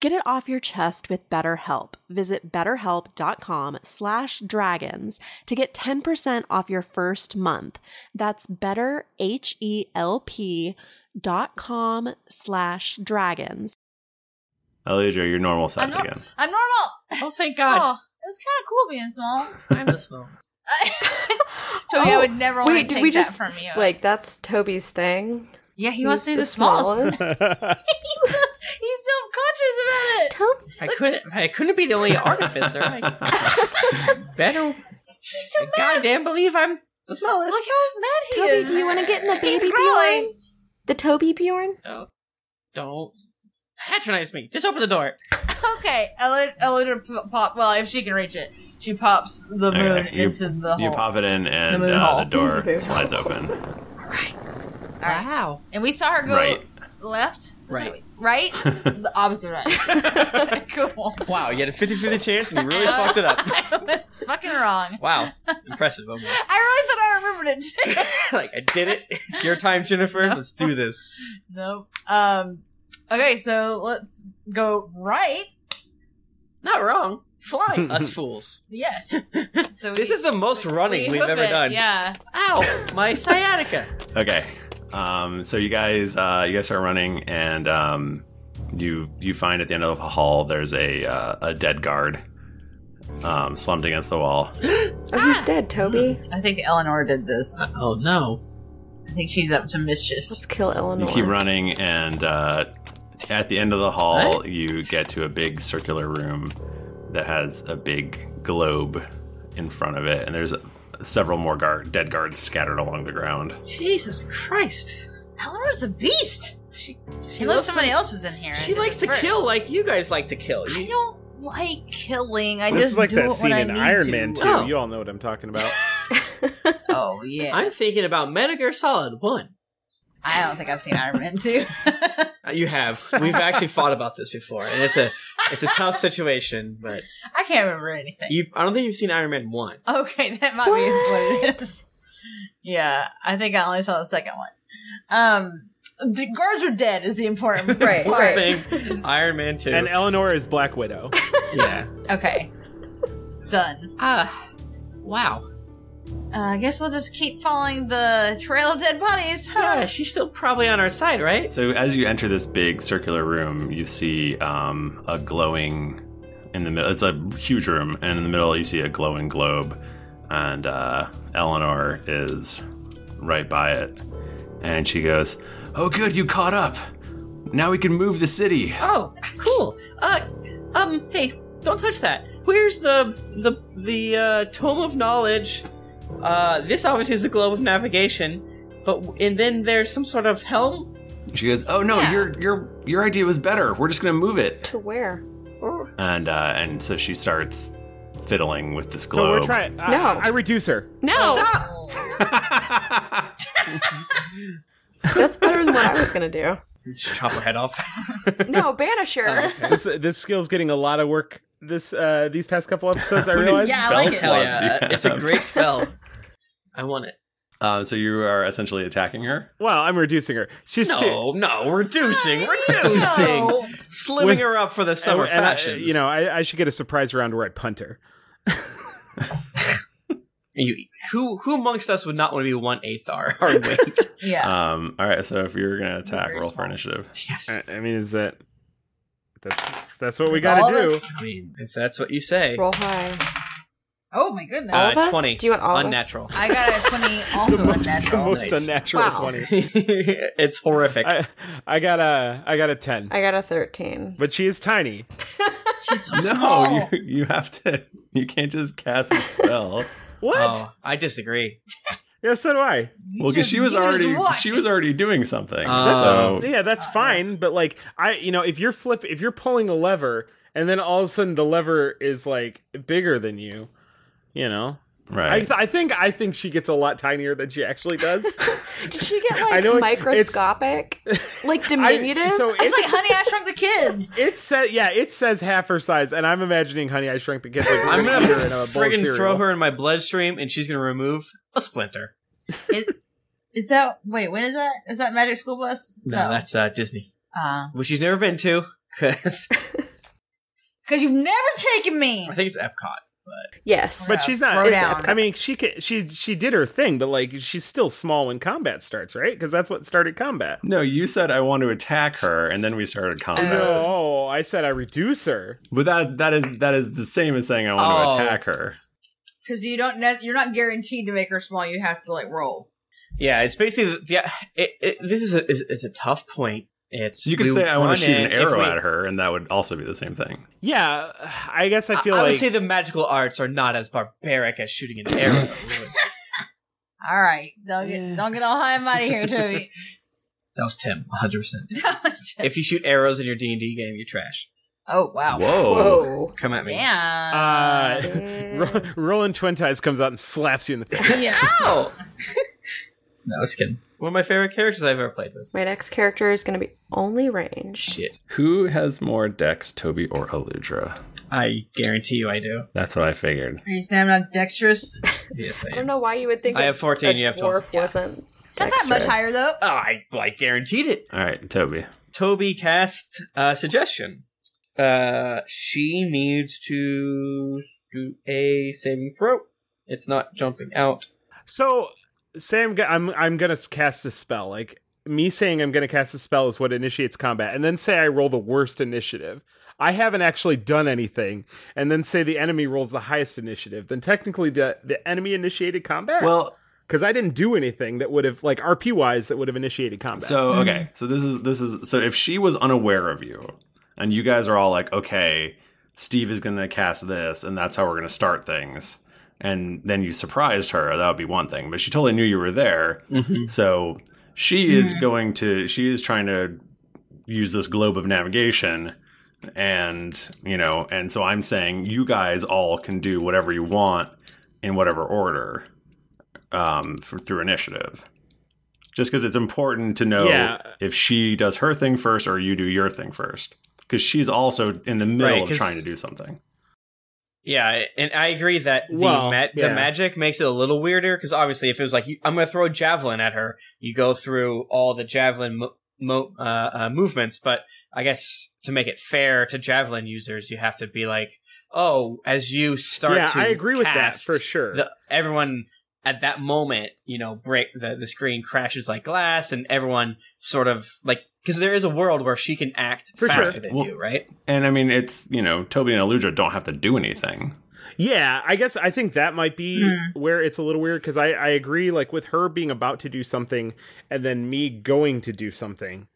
I: Get it off your chest with BetterHelp. Visit betterhelp.com slash dragons to get 10% off your first month. That's betterhelp.com slash dragons.
A: Elijah, you're normal size
D: I'm nor-
A: again.
D: I'm normal.
B: Oh, thank
D: God. it was kind of cool being small.
A: <laughs>
B: I'm the smallest.
D: Toby, I
C: Oh,
D: would never want
C: wait,
D: to
C: did
D: take
C: we
D: that
C: just,
D: from you.
C: Like that's Toby's thing.
D: Yeah, he
C: He's
D: wants to be the smallest. <laughs> <laughs> He's self-conscious about it.
B: I couldn't. I couldn't be the only artificer. I <laughs> better.
D: He's still mad.
B: Goddamn, believe I'm the smallest.
D: Look how mad he
C: Toby,
D: is.
C: do you want to get in the
D: He's
C: baby
D: growling.
C: Bjorn? The Toby Bjorn?
B: Oh. Don't patronize me. Just open the door.
D: <laughs> Okay, Ella, Ella to pop. Well, if she can reach it, she pops the moon
A: Okay, you,
D: into the hole.
A: you pop it in,
D: The
A: and
D: moon
A: uh,
D: hole.
A: the door
D: Boom.
A: slides open.
D: Wow. And we saw her go
A: Right.
D: left,
B: Right.
A: <laughs>
D: right, the opposite right. cool.
B: Wow, you had a 50 50 chance and you <laughs> really fucked it up.
D: It's fucking
A: <laughs>
D: wrong.
B: Wow. Impressive. Almost.
D: I really thought I remembered it. <laughs>
C: <laughs>
D: too.
B: like, I did it. It's your time, Jennifer. Let's do this.
D: nope. Um. Okay, so let's go right.
B: Not wrong.
E: <laughs>
B: Flying. Us <laughs> fools.
D: Yes. So
B: This is the most running we have
D: hoof
B: ever
D: it,
B: done.
D: Yeah.
B: Ow!
D: <laughs>
B: My sciatica.
A: Okay. Um, so you guys, uh, you guys start running, and um, you you find at the end of the hall there's a uh, a dead guard um, slumped against the wall.
D: Oh, he's dead, Toby. I think Eleanor did this.
B: Oh no!
D: I think she's up to mischief. Let's
C: kill
A: You
D: Eleanor.
A: keep running, and uh, at the end of the hall, you get to a big circular room that has a big globe in front of it, and there's several more guard dead guards scattered along the ground.
B: Jesus Christ!
D: Eleanor's a beast. She,
B: she
D: unless
B: loves
D: somebody
B: to-
D: else was in here. and
B: She
D: did
B: likes
D: this
B: to
D: first.
B: kill like you guys like to kill. You,
D: I don't like killing. I
E: this
D: just
E: is like
D: do
E: that
D: it
E: scene
D: when
E: in
D: I need
E: Iron
D: to.
E: Man too.
B: Oh.
E: You all know what I'm talking about.
D: <laughs> oh yeah.
B: I'm thinking about Metal Gear Solid One.
D: I don't think I've seen Iron Man two.
B: Uh, You have. We've actually fought about this before, and it's a it's a tough situation. But
D: I can't remember anything.
B: you, I don't think you've seen Iron Man One.
D: Okay, <laughs> that might be what it is. Yeah, I think I only saw the second one. Um, d- guards are dead is the
B: <laughs>
D: important right,
B: One
D: part. <laughs>
B: thing, Iron Man Two,
E: And Eleanor is Black Widow.
B: <laughs> yeah.
D: Okay, done.
B: Ah, wow.
D: Uh, I guess we'll just keep following the trail of dead bodies.
B: Yeah, she's still probably on our side, right?
A: So as you enter this big circular room, you see um, a glowing in the middle. It's a huge room, and in the middle you see a glowing globe, and uh, Eleanor is right by it, and she goes, "Oh, good, you caught up. Now we can move the city."
B: Oh, cool. Uh, um, hey, don't touch that. Where's the the the uh, tome of knowledge? Uh, this obviously is the globe of navigation, but and then there's some sort of helm.
A: She goes, "Oh no, your your your idea was better. We're just gonna move it."
C: To where?
A: And uh, and so she starts fiddling with this
E: So
A: globe.
E: we're trying. I,
C: No.
E: I reduce her.
C: No. <laughs> That's better than what I was going to
B: Just chop her head off.
C: do. No, Banisher.
E: this this skill's getting a lot of work. This uh these past couple
B: <laughs>
E: episodes, I realize.
B: Hell yeah, It's a great <laughs> spell. I want it.
A: Uh, so you are essentially attacking her.
E: Well, I'm reducing her. She's
A: No,
B: <laughs>
E: too-
B: no, reducing, reducing, <laughs> slimming
E: <laughs> With-
B: her up for the summer
E: and I-
B: fashions.
E: you know, I, I should get a surprise round where I punt her.
B: <laughs> You- who who amongst us would not want to be one eighth our, our
A: <laughs>
B: weight?
D: yeah.
A: Um. All right. So if you're gonna attack, roll for initiative.
B: Yes.
E: I, I mean, is that that's that's what we
D: Is all
E: got to
D: of
E: do?
D: us-
B: I mean, if that's what you say.
E: <laughs>
C: Roll high.
D: Oh my goodness!
B: Uh, 20. unnatural.
D: I got
B: <laughs>
D: a twenty. Also
E: The
D: unnatural.
E: most unnatural
D: Wow.
E: twenty.
B: it's horrific.
E: I, I got a I got a ten,
C: I got a
D: <laughs>
C: 13.
E: but she is tiny.
A: No, you, you have to. You can't just cast a spell.
B: <laughs>
E: what?
B: Oh, I disagree.
E: Yeah, so do I.
A: well, because she was already she was already doing something.
B: Uh,
A: so
E: yeah, that's fine. But like, I you know, if you're flip, if you're pulling a lever, and then all of a sudden the lever is like bigger than you, you know.
A: Right.
E: I, th- I think I think she gets a lot tinier than she
D: <laughs>
E: actually does.
C: Did she get
E: I
C: like
E: know it's- it's-
C: microscopic?
E: <laughs>
C: like diminutive?
E: so It's it's- like
D: Honey, I Shrunk the Kids.
E: It says, yeah, it says half her size, and I'm imagining Honey, I Shrunk the Kids. Like,
B: I'm gonna
E: eat her in a bowl of
B: friggin'
E: cereal.
B: throw her in my bloodstream, and she's gonna remove a splinter.
D: Is that wait? When is that? Is that Magic School Bus?
B: No, that's uh, Disney,
D: Uh,
B: which she's never been to because
D: Because you've never taken me.
B: I think it's Epcot.
C: Yes,
E: but she's not.
D: Throw
E: it's-
D: down.
E: I mean, she ca she she did her thing, but like she's still small when combat starts, right? Because that's what started combat.
A: no, you said I want to attack her, and then we started combat.
E: No, oh, I said I reduce her.
A: But that that is that is the same as saying I want
E: Oh.
A: to attack her.
D: Because you don't. Ne- you're not guaranteed to make her small. You have to like roll.
B: Yeah, it's basically the, yeah. It, it, this is a is, is a tough point. It's
A: So you could
B: we
A: say I want
B: run
A: to shoot
B: in-
A: an
B: if
A: arrow
B: we-
A: at her, and that would also be the same thing.
E: Yeah, I guess I feel
B: I
E: like
B: would say the magical arts are not as barbaric as shooting an arrow.
A: <clears throat>
D: All right, don't get don't get all high and
C: <laughs>
D: mighty here, Toby.
B: that was Tim, 100. percent
D: That was
B: If you shoot arrows in your D and D game, you're trash.
D: oh wow.
B: Come at me.
D: Damn.
E: Uh, <laughs> Ro- Roland Twinties comes out and slaps you in
C: <laughs>
E: the face.
D: Yeah.
B: Ow! <laughs> no, I was kidding. One of my favorite characters I've ever played with.
C: My next character is going to be only range.
B: Shit.
A: Who has more decks, Toby or Aludra?
B: I guarantee you, I do.
A: That's what I figured.
D: Are you saying I'm not
E: <laughs>
D: dexterous?
B: Yes,
C: I don't know why you would think
A: I
C: a-
A: have 14,
C: a
A: you have
C: dwarf wasn't.
D: It's not that much higher though.
B: Oh, I like guaranteed it.
A: All right, Toby.
B: Toby cast uh, suggestion. Uh, she needs to do a saving throw. It's not jumping out.
E: So, say I'm go- I'm I'm gonna cast a spell. Like me saying I'm gonna cast a spell is what initiates combat, and then say I roll the worst initiative. I haven't actually done anything, and then say the enemy rolls the highest initiative. Then technically, the the enemy initiated combat.
A: Well.
E: Because I didn't do anything that would have, like RP wise, that would have initiated combat.
A: So okay, so this is this is so if she was unaware of you, and you guys are all like, okay, Steve is gonna cast this, and that's how we're gonna start things,
B: Mm-hmm.
A: and then you surprised her, that would be one thing. But she totally knew you were there, so She is going to. She is trying to use this globe of navigation, and you know, and so I'm saying you guys all can do whatever you want in whatever order, um, for, through initiative. Just because it's important to know
E: Yeah.
A: if she does her thing first or you do your thing first, because she's also in the middle
B: Right,
A: of
B: 'cause-
A: trying to do something.
B: Yeah, and I agree that the
A: Well,
B: ma-
A: yeah.
B: the magic makes it a little weirder because obviously, if it was like you- I'm going to throw a javelin at her, you go through all the javelin mo- mo- uh, uh, movements. But I guess to make it fair to javelin users, you have to be like, oh, as you start
E: Yeah,
B: to
E: I agree with that,
B: cast,
E: for sure.
B: The, everyone at that moment, you know, break the the screen crashes like glass, and everyone sort of like because there is a world where she can act faster than
A: Well,
B: you, right?
A: And I mean, it's you know, Toby and Aludra don't have to do anything.
E: Yeah, I guess I think that might be
C: Hmm.
E: where it's a little weird because I, I agree, like with her being about to do something and then me going to do something,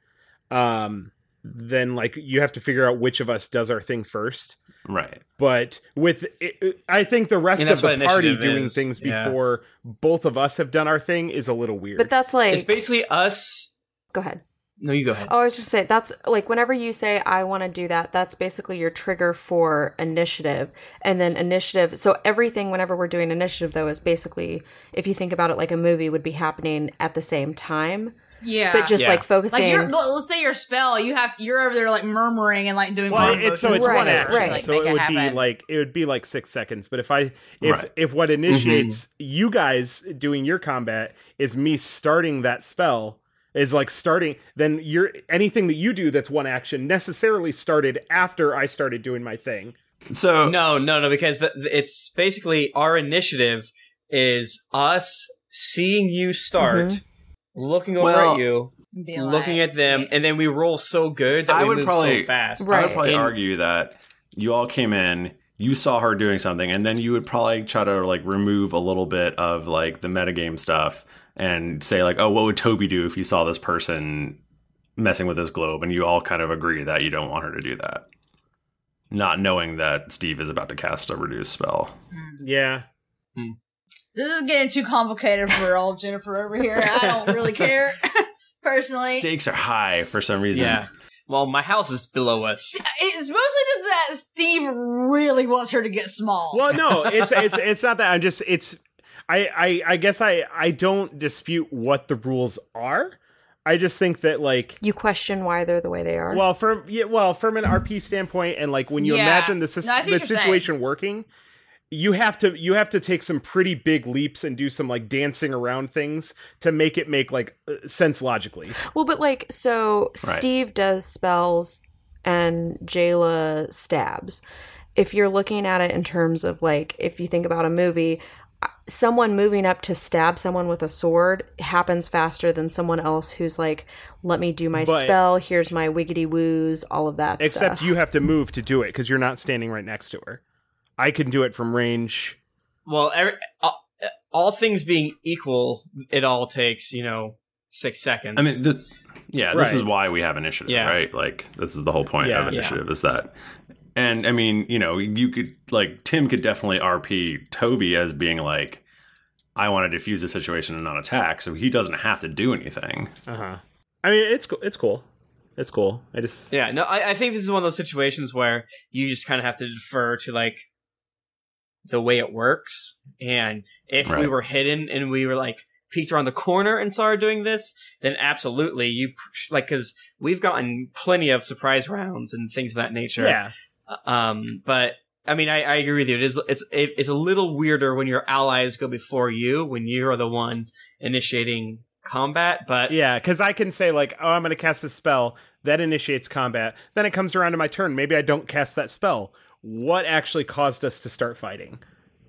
E: um, then like you have to figure out which of us does our thing first.
A: Right.
E: But with, it, it- I think the rest
B: And that's
E: of the
B: what
E: party
B: initiative
E: doing
B: is,
E: things
B: yeah.
E: before both of us have done our thing is a little weird.
C: But that's like
B: It's basically us.
C: Go ahead.
B: No, you go ahead.
C: Oh, I was just saying that's like whenever you say I want to do that, that's basically your trigger for initiative. And then initiative, so everything whenever we're doing initiative though is basically if you think about it like a movie would be happening at the same time.
D: Yeah,
C: But just, Yeah. like, focusing-
D: Like your- well, let's say your spell, you have you're over there like murmuring and like doing.
E: Well,
D: mind
E: it's, so
D: motions
E: it's
D: or
E: one
D: whatever,
E: action,
D: to, like,
E: so
D: make
E: it would be
D: happen.
E: like it would be like six seconds. But if I if
A: Right.
E: if what initiates you guys doing your combat is me starting that spell is like starting, then you're anything that you do that's one action necessarily started after I started doing my thing.
A: So
B: no, no, no, because the, the- it's basically our initiative is us seeing you start,
A: Mhm.
B: looking over
A: Well-
B: at you,
D: Be
B: looking at them, and then we roll so good that
A: I
B: we
A: would
B: move
A: probably
B: so fast.
A: I would probably
B: And-
A: argue that you all came in, you saw her doing something, and then you would probably try to like remove a little bit of like the metagame stuff and say like, oh, what would Toby do if he saw this person messing with this globe? And you all kind of agree that you don't want her to do that, not knowing that Steve is about to cast a reduce spell.
E: Yeah.
D: This is getting too complicated for old Jennifer over here. I don't really care <laughs> personally.
A: Stakes are high for some reason.
B: Yeah. Well, my house is below us.
D: It's mostly just that Steve really wants her to get small.
E: Well, no, it's it's it's not that. I'm just it's I I I guess I I don't dispute what the rules are. I just think that like
C: You question why they're the way they are.
E: Well, from yeah, well, from an RP standpoint, and like when you
C: Yeah.
E: imagine the, sis-
C: No, I see
E: the
C: what you're saying.
E: situation working, you have to you have to take some pretty big leaps and do some like dancing around things to make it make like uh, sense logically.
C: Well, but like, so
E: Right.
C: Steve does spells and Jayla stabs. If you're looking at it in terms of like, if you think about a movie, uh, someone moving up to stab someone with a sword happens faster than someone else who's like, let me do my
E: But-
C: spell, here's my wiggity woos, all of that
E: Except
C: stuff.
E: you have to move to do it because you're not standing right next to her. I can do it from range.
B: Well, every, all, all things being equal, it all takes you know six seconds.
A: I mean, the, yeah, this
B: Right.
A: is why we have initiative,
B: Yeah.
A: right? Like, this is the whole point
B: Yeah.
A: of initiative is that. And I mean, you know, you could like Tim could definitely RP Toby as being like, I want to defuse the situation and not attack, so he doesn't have to do anything.
E: Uh
B: Uh-huh.
E: huh. I mean, it's co- it's cool. It's cool. I just
B: Yeah, no, I, I think this is one of those situations where you just kind of have to defer to like the way it works. And if we
E: Right.
B: were hidden and we were like peeked around the corner and saw her doing this, then absolutely you pr- like because we've gotten plenty of surprise rounds and things of that nature.
E: Yeah.
B: Um, but I mean, I, I agree with you. It is it's it, it's a little weirder when your allies go before you when you are the one initiating combat. But
E: Yeah, because I can say like, oh, I'm going to cast this spell that initiates combat. Then it comes around to my turn. Maybe I don't cast that spell. What actually caused us to start fighting?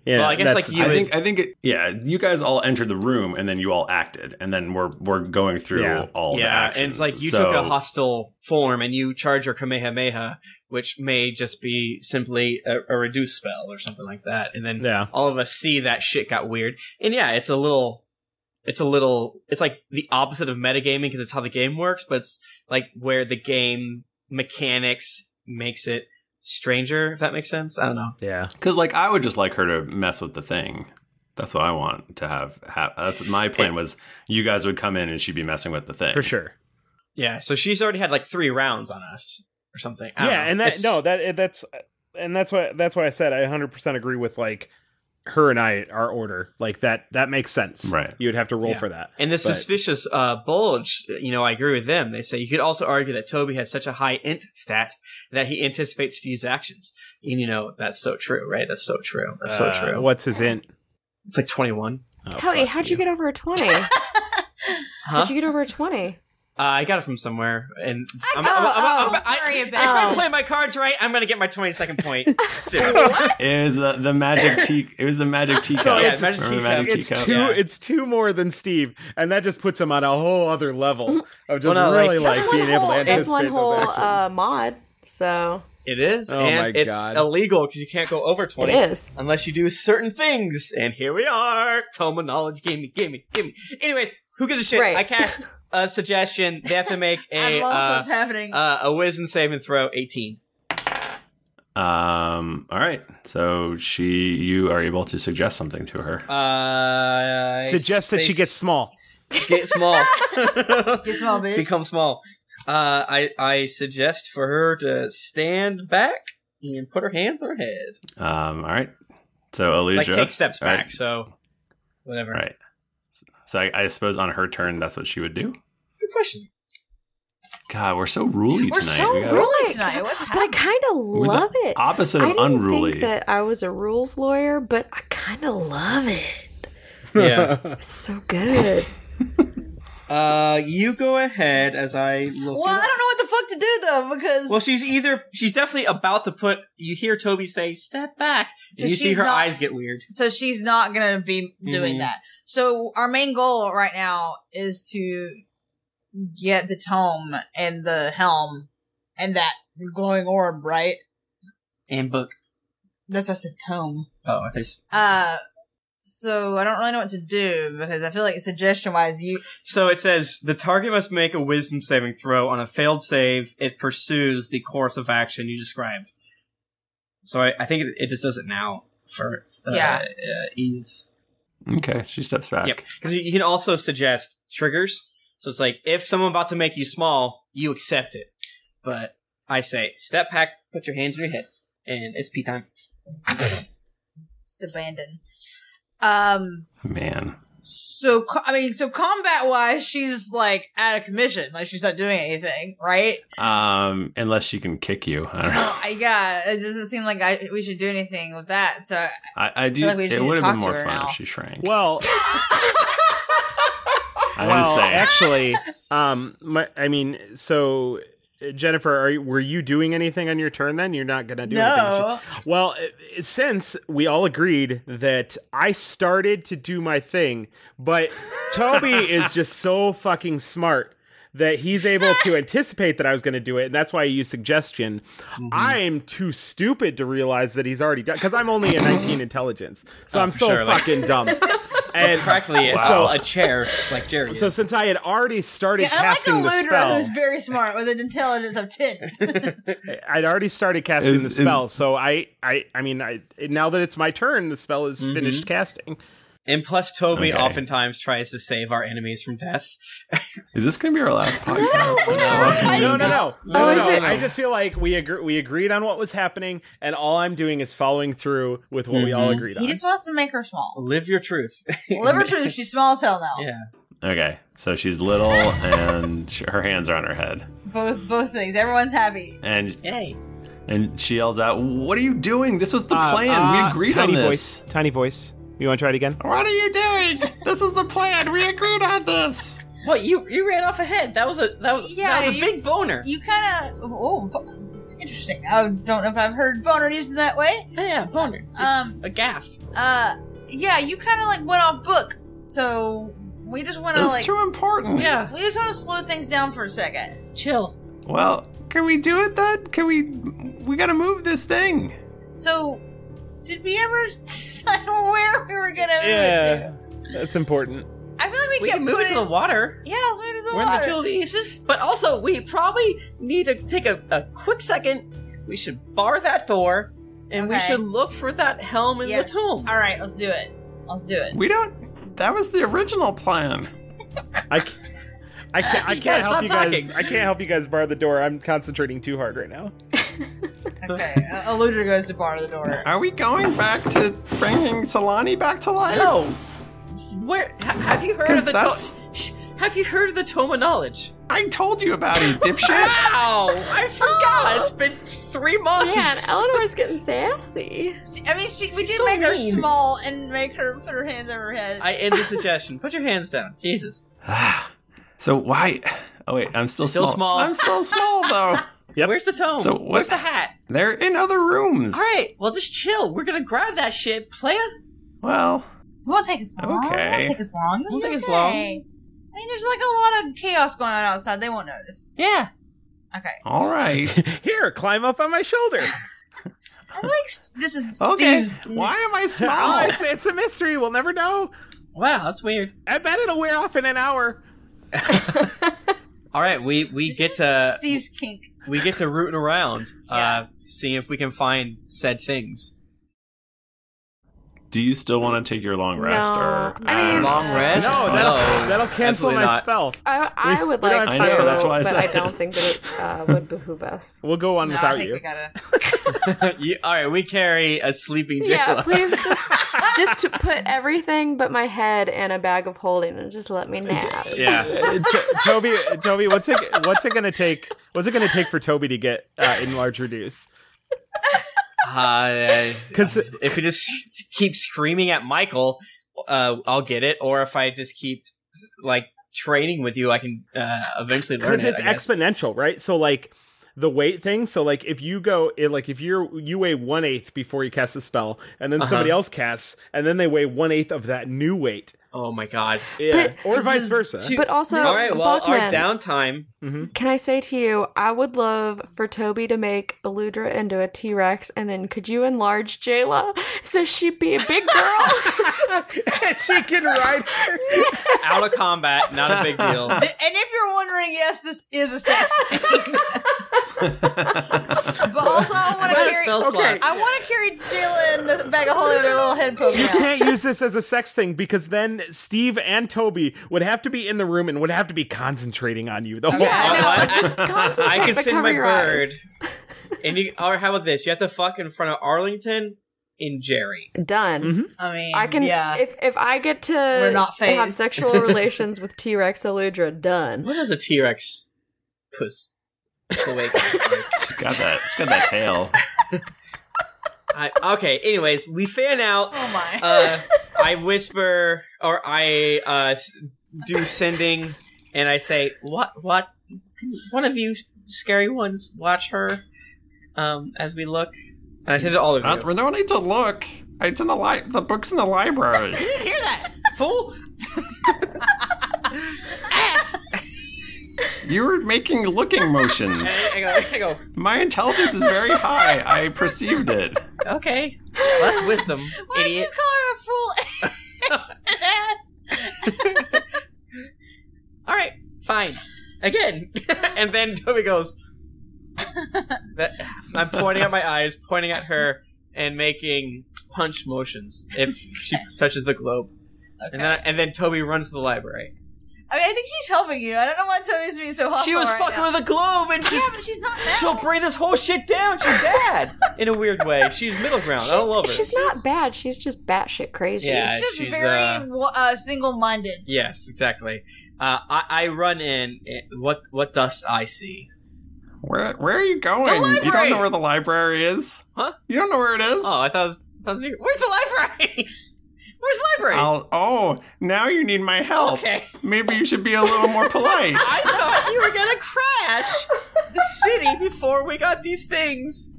E: Yeah,
B: Well, I guess,
E: that's-
B: like, you
A: I
B: would-
A: think I think it, yeah, you guys all entered the room and then you all acted, and then we're we're going through all the
B: yeah,
A: actions.
B: and it's like you took
A: So-
B: a hostile form and you charge your Kamehameha, which may just be simply a, a reduce spell or something like that. And then
E: Yeah.
B: all of us see that shit got weird. And yeah, it's a little, it's a little, it's like the opposite of metagaming because it's how the game works, but it's like where the game mechanics makes it stranger, if that makes sense. I don't know.
E: Yeah.
A: Because, like, I would just like her to mess with the thing. That's what I want to have. Ha- that's my plan was you guys would come in and she'd be messing with the thing
E: for sure.
B: Yeah, so she's already had like three rounds on us or something. I don't
E: yeah,
B: know.
E: and that
B: It's-
E: no, that that's and that's why that's why I said I 100% agree with like her and I our order. Like that that makes sense. Right. You would have to roll
B: Yeah.
E: for that.
B: And this
E: But-
B: suspicious uh, bulge, you know, I agree with them. They say you could also argue that Toby has such a high int stat that he anticipates Steve's actions. And you know, that's so true, right? That's so true. That's
E: Uh,
B: so true.
E: What's his int?
B: It's like 21.
C: How, wait, how'd you. get over
B: <laughs>
C: a 20?
B: Huh?
C: How'd you get over a 20?
B: Uh, I got it from somewhere, and I'm,
C: got-
B: I'm- I'm-
C: oh,
B: I'm- I-
C: sorry
B: if
C: about
B: I
C: it.
B: play my cards right, I'm gonna get my 22nd
C: <laughs>
B: point. soon.
A: It was the, the magic tea. It was the magic teacup.
E: <laughs> So it's,
A: Remember the magic
E: it's
A: teacup?
E: two it's two more than Steve, and that just puts him on a whole
B: <laughs>
E: other level of just
B: Well, no, like-
E: really like,
B: That's one
E: being able to
B: whole-
E: anticipate
C: That's one
E: those
C: whole
E: actions.
C: uh, mod, so.
B: It is,
E: Oh
B: and
E: my
B: it's
E: God.
B: illegal because you can't go over twenty.
C: It is.
B: unless you do certain things. And here we are. Toma knowledge, give me, give me, give me. Anyways, who gives a shit? I
D: <laughs>
B: cast a suggestion. They have to make a
D: I've lost
B: uh,
D: what's happening.
B: uh, a wisdom saving throw. Eighteen.
A: Um. All right. So she, you are able to suggest something to her.
B: Uh,
E: Suggest that she
B: gets
E: small.
B: Get small.
D: Get small, <laughs> bitch.
B: Become small. Uh, I I suggest for her to stand back and put her hands on her head.
A: Um. All right. So Aluja,
B: Like take steps
A: all right,
B: back. So whatever.
E: <laughs>
A: All right. So I, I suppose on her turn, that's what she would do.
B: Good question.
A: God, we're so ruly
C: We're
A: tonight.
C: so
A: We gotta-
C: ruly.
D: tonight. What's
C: But I kind of
A: We're the
C: love it.
A: opposite of
C: I didn't
A: unruly.
C: think that I was a rules lawyer, but I kind of love it.
B: Yeah.
E: <laughs>
C: It's so good.
B: Uh, you go ahead as I look.
D: Well, I don't know what the fuck to do though because
B: Well, she's either she's definitely about to put. You hear Toby say, "Step back,"
D: So
B: and you see
D: she's
B: her
D: not-
B: eyes get weird.
D: so she's not gonna be doing
B: Mhm.
D: that. So our main goal right now is to get the tome and the helm and that glowing orb, right?
B: And book.
D: That's why I said tome.
B: Oh, I think.
D: Uh, so I don't really know what to do because I feel like suggestion wise, you
B: So it says the target must make a Wisdom saving throw. On a failed save, it pursues the course of action you described. So I, I think it, it just does it now for uh,
D: Yeah.
B: uh, ease.
A: Okay. She steps back.
B: Yep. Because you, you can also suggest triggers. So it's like if someone about to make you small, you accept it. But I say step back, put your hands on your head, and it's pee time.
D: just abandon. Um,
A: Man.
D: so co- I mean, so combat wise, she's like out of commission. Like she's not doing anything, right?
A: Um. Unless she can kick you. I don't know.
D: I, yeah, it doesn't seem like I, we should do anything with that. So
A: I, I do.
D: feel like we should
A: it would have
D: talk
A: been
D: to
A: more
D: her
A: fun
D: now.
A: if
D: <laughs>
A: she shrank.
E: Well,
A: I'm
E: well,
A: just saying.
E: actually, um, my, I mean, so uh, Jennifer, are you, were you doing anything on your turn? Then you're not gonna do
D: No.
E: anything. She- Well, uh, since we all agreed that I started to do my thing, but Toby is just so fucking smart that he's able to anticipate that I was going to do it, and that's why I use suggestion. I'm too stupid to realize that he's already done because I'm only a 19 intelligence, so
B: Oh,
E: I'm
B: for
E: so
B: sure, like-
E: fucking
B: <laughs>
E: dumb. And
B: Practically, it's
E: Wow.
B: a chair like Jerry.
E: So since I had already started
D: Yeah, I like a
E: casting the
D: looter who's
E: spell,
D: very smart with an intelligence of ten.
B: <laughs>
E: I'd already started casting
A: Is-
E: the
A: is-
E: spell. so I, I, I mean, I now that it's my turn, the spell
A: Mm-hmm.
E: is finished casting.
B: And plus, Toby
E: Okay.
B: oftentimes tries to save our enemies from death. <laughs>
A: Is this gonna be our
C: <laughs>
A: last podcast?
E: No, no, no, no,
B: Oh,
E: no,
B: is
E: no.
B: it-
E: I just feel like we agree, we agreed on what was happening, and all I'm doing is following through with what we all
A: Mm-hmm.
B: Mhm.
E: agreed on.
D: He just wants to make
B: <laughs>
D: her small.
B: Live your truth.
D: Liver truth, <laughs> she's small as hell now.
B: Yeah.
A: Okay. So she's little and sh her hands are on her head,
D: Both both things. Everyone's happy.
A: and
D: Yay.
A: and she yells out, "What are you doing? This was the
E: Uh,
A: plan.
E: uh,
A: we agreed on
E: tiny
A: this."
E: voice. Tiny voice. You want to try it again?
A: What are you doing? This is the plan. We agreed on this.
B: What you you ran off ahead? That was a that was
D: Yeah,
B: that was a
D: you-
B: big boner.
D: You kind of oh, bo- interesting. I don't know if I've heard boner used in that way.
B: Yeah, boner.
D: Um,
B: a gaff.
D: Uh, yeah, you kind of like went off book. So we just want to
A: That's
D: like
A: too important.
B: Yeah.
D: we just want to slow things down for a second. Chill.
A: Well, can we do it then? Can we? We gotta move this thing.
D: So, did we ever <laughs> decide where we were gonna move it to?
E: Yeah, that's important.
D: I feel like we,
B: We
D: kept
B: can move it to
D: putting-
B: the water.
D: Yeah, let's move it to the
B: We're in
D: water.
B: the middle of the Aegis, but also we probably need to take a, a quick second. We should bar that door, and we
D: Okay.
B: should look for that helm in
D: Yes.
B: the tomb.
D: All right, let's do it. Let's do it.
A: We don't. That was the original plan.
E: I, c- I can't, I
D: You gotta
E: can't help
D: stop
E: you guys.
D: talking.
E: I can't help you guys bar the door. I'm concentrating too hard right now.
D: Okay. uh, Eludra goes to bar the door.
A: Are we going back to bringing Solani back to life?
B: No. Where ha- have you heard
A: 'Cause
B: of the?
A: that's-
B: To- Shh, have you heard of the Tome of Knowledge?
A: I told you about it,
B: <laughs>
A: dipshit.
B: Wow! I
D: Oh.
B: forgot. It's been three months.
C: Man, Eleanor's getting sassy.
D: I mean, she, we
C: She's
D: did
C: so
D: make her
C: mean.
D: small and make her put her hands over her head.
B: I end the suggestion. Put your hands down. Jesus.
A: So why? Oh wait, I'm still,
B: Still small.
A: I'm still small though.
B: Where's the tome?
A: So what-
B: Where's the hat?
A: They're in other rooms.
B: All right. Well, just chill. We're gonna grab that shit, playa.
A: Well,
D: It won't take us long. It won't
A: Okay.
D: Oh, take us long. It'll
B: Won't
D: be
B: take us
D: okay.
B: long.
D: I mean, there's like a lot of chaos going on outside. They won't notice.
B: Yeah.
D: Okay.
A: all right.
E: <laughs> Here, climb up on my shoulder.
D: I like st- this is
E: Okay,
D: Steve's.
E: why am <laughs> I
D: small?
E: Oh, it's, it's a mystery. We'll never know.
B: Wow, that's weird.
E: I bet it'll wear off in an hour.
B: All right. We we get to
D: Steve's kink.
B: we get to rooting around, uh, seeing if we can find said things.
A: Do you still want to take your long rest or uh,
C: I mean,
B: long rest?
E: No, that'll, that'll cancel
A: absolutely
E: my
A: not.
E: spell.
C: I, I
E: <laughs> We-
C: would
E: we don't
C: like
E: have
C: to,
E: time for that. That's why I
C: but I
E: said it.
C: don't think that it uh, would behoove us.
E: <laughs> We'll go on
D: No, I
E: without
D: think
E: you.
D: we
A: <laughs>
D: gotta.
B: <laughs> You- all right. We carry a sleeping Jayla.
A: <laughs>
C: Yeah, please just just to put everything but my head in a bag of holding and just let me nap.
B: Yeah.
E: Uh, T- Toby, Toby, what's it? What's it gonna take? What's it gonna take for Toby to get uh, enlarge reduce?
B: Because <laughs> if you just keep screaming at Michael, uh, I'll get it. Or if I just keep like training with you, I can uh, eventually learn it.
E: Because it's
B: I guess.
E: exponential, right? So like the weight thing. So like if you go, it, like if you're you weigh one eighth before you cast a spell, and then
B: Uh-huh.
E: somebody else casts, and then they weigh one eighth of that new weight.
B: Oh my god!
E: Yeah, or vice versa.
C: but also,
B: all right. Well, our
C: Buckman.
B: downtime.
C: Can I say to you, I would love for Toby to make Eludra into a T Rex, and then could you enlarge Jayla so she'd be a big girl?
A: <laughs>
C: <laughs>
E: she can ride
B: out of combat, not a big
D: <laughs>
B: deal.
D: And if you're wondering, yes, this is
C: <laughs>
D: a sex thing. but also, I want
B: What a
D: to carry.
B: spell slot. Okay.
D: I want to carry Jayla in the bag of holding with her little head poking
E: You
D: out.
E: can't use this as a sex thing because then Steve and Toby would have to be in the room and would have to be concentrating on you the whole time.
B: I,
C: just <laughs> concentrate,
B: I can
C: but
B: send
C: cover
B: my
C: your
B: bird.
C: eyes. <laughs>
B: And you, or how about this? You have to fuck in front of Arlington and Jerry.
C: Done.
D: I mean,
C: I can.
D: Yeah.
C: If if I get to
D: We're not
C: have
D: phased. <laughs>
C: sexual relations with T Rex Eludra, done.
B: What is a T Rex puss? Awake.
C: <laughs>
A: she's got that she's got that tail.
B: I, okay. Anyways, we fan out.
D: oh my.
B: Uh, I whisper, or I uh, s- do sending, and I say, "What? What? One of you scary ones, watch her." Um, as we look, and I said to all of
A: Uh,
B: you,
A: we don't need to look. It's in the li- the book's in the library.
B: <laughs> "Fool,
A: <laughs> you were making looking motions.
D: <laughs>
B: I go, I go,
A: My intelligence is very high. I perceived it.
B: okay. Well, that's wisdom,
D: <laughs> Why do you
B: idiot.
D: call her a fool? ass.
B: All right, fine. Again. <laughs> and then Toby goes, that, I'm pointing at my eyes, pointing at her, and making punch motions if she touches the globe. And then, and then Toby runs to the library.
D: I mean, I think she's helping you. I don't know why Tony's being so hostile.
B: she was
D: right
B: fucking
D: now.
B: with a globe, and she's
D: Yeah, but she's not mad.
B: she'll bring this whole shit down. She's bad in a weird way. She's middle ground. I love her.
C: She's not bad. She's just batshit crazy.
B: Yeah,
D: she's just
B: she's,
D: very
B: uh,
D: wa- uh, single-minded.
B: Yes, exactly. Uh, I, I run in. eh, What what dost I see?
A: Where where are you going? You don't
B: library.
A: know where the library is?
B: Huh?
A: You don't know where it is?
B: Oh, I thought it was, I thought it was where's the library? <laughs> Where's the library?
A: I'll, oh, now you need my help.
B: Okay. <laughs>
A: Maybe you should be a little more polite.
B: I thought you were gonna crash the city before we got these things.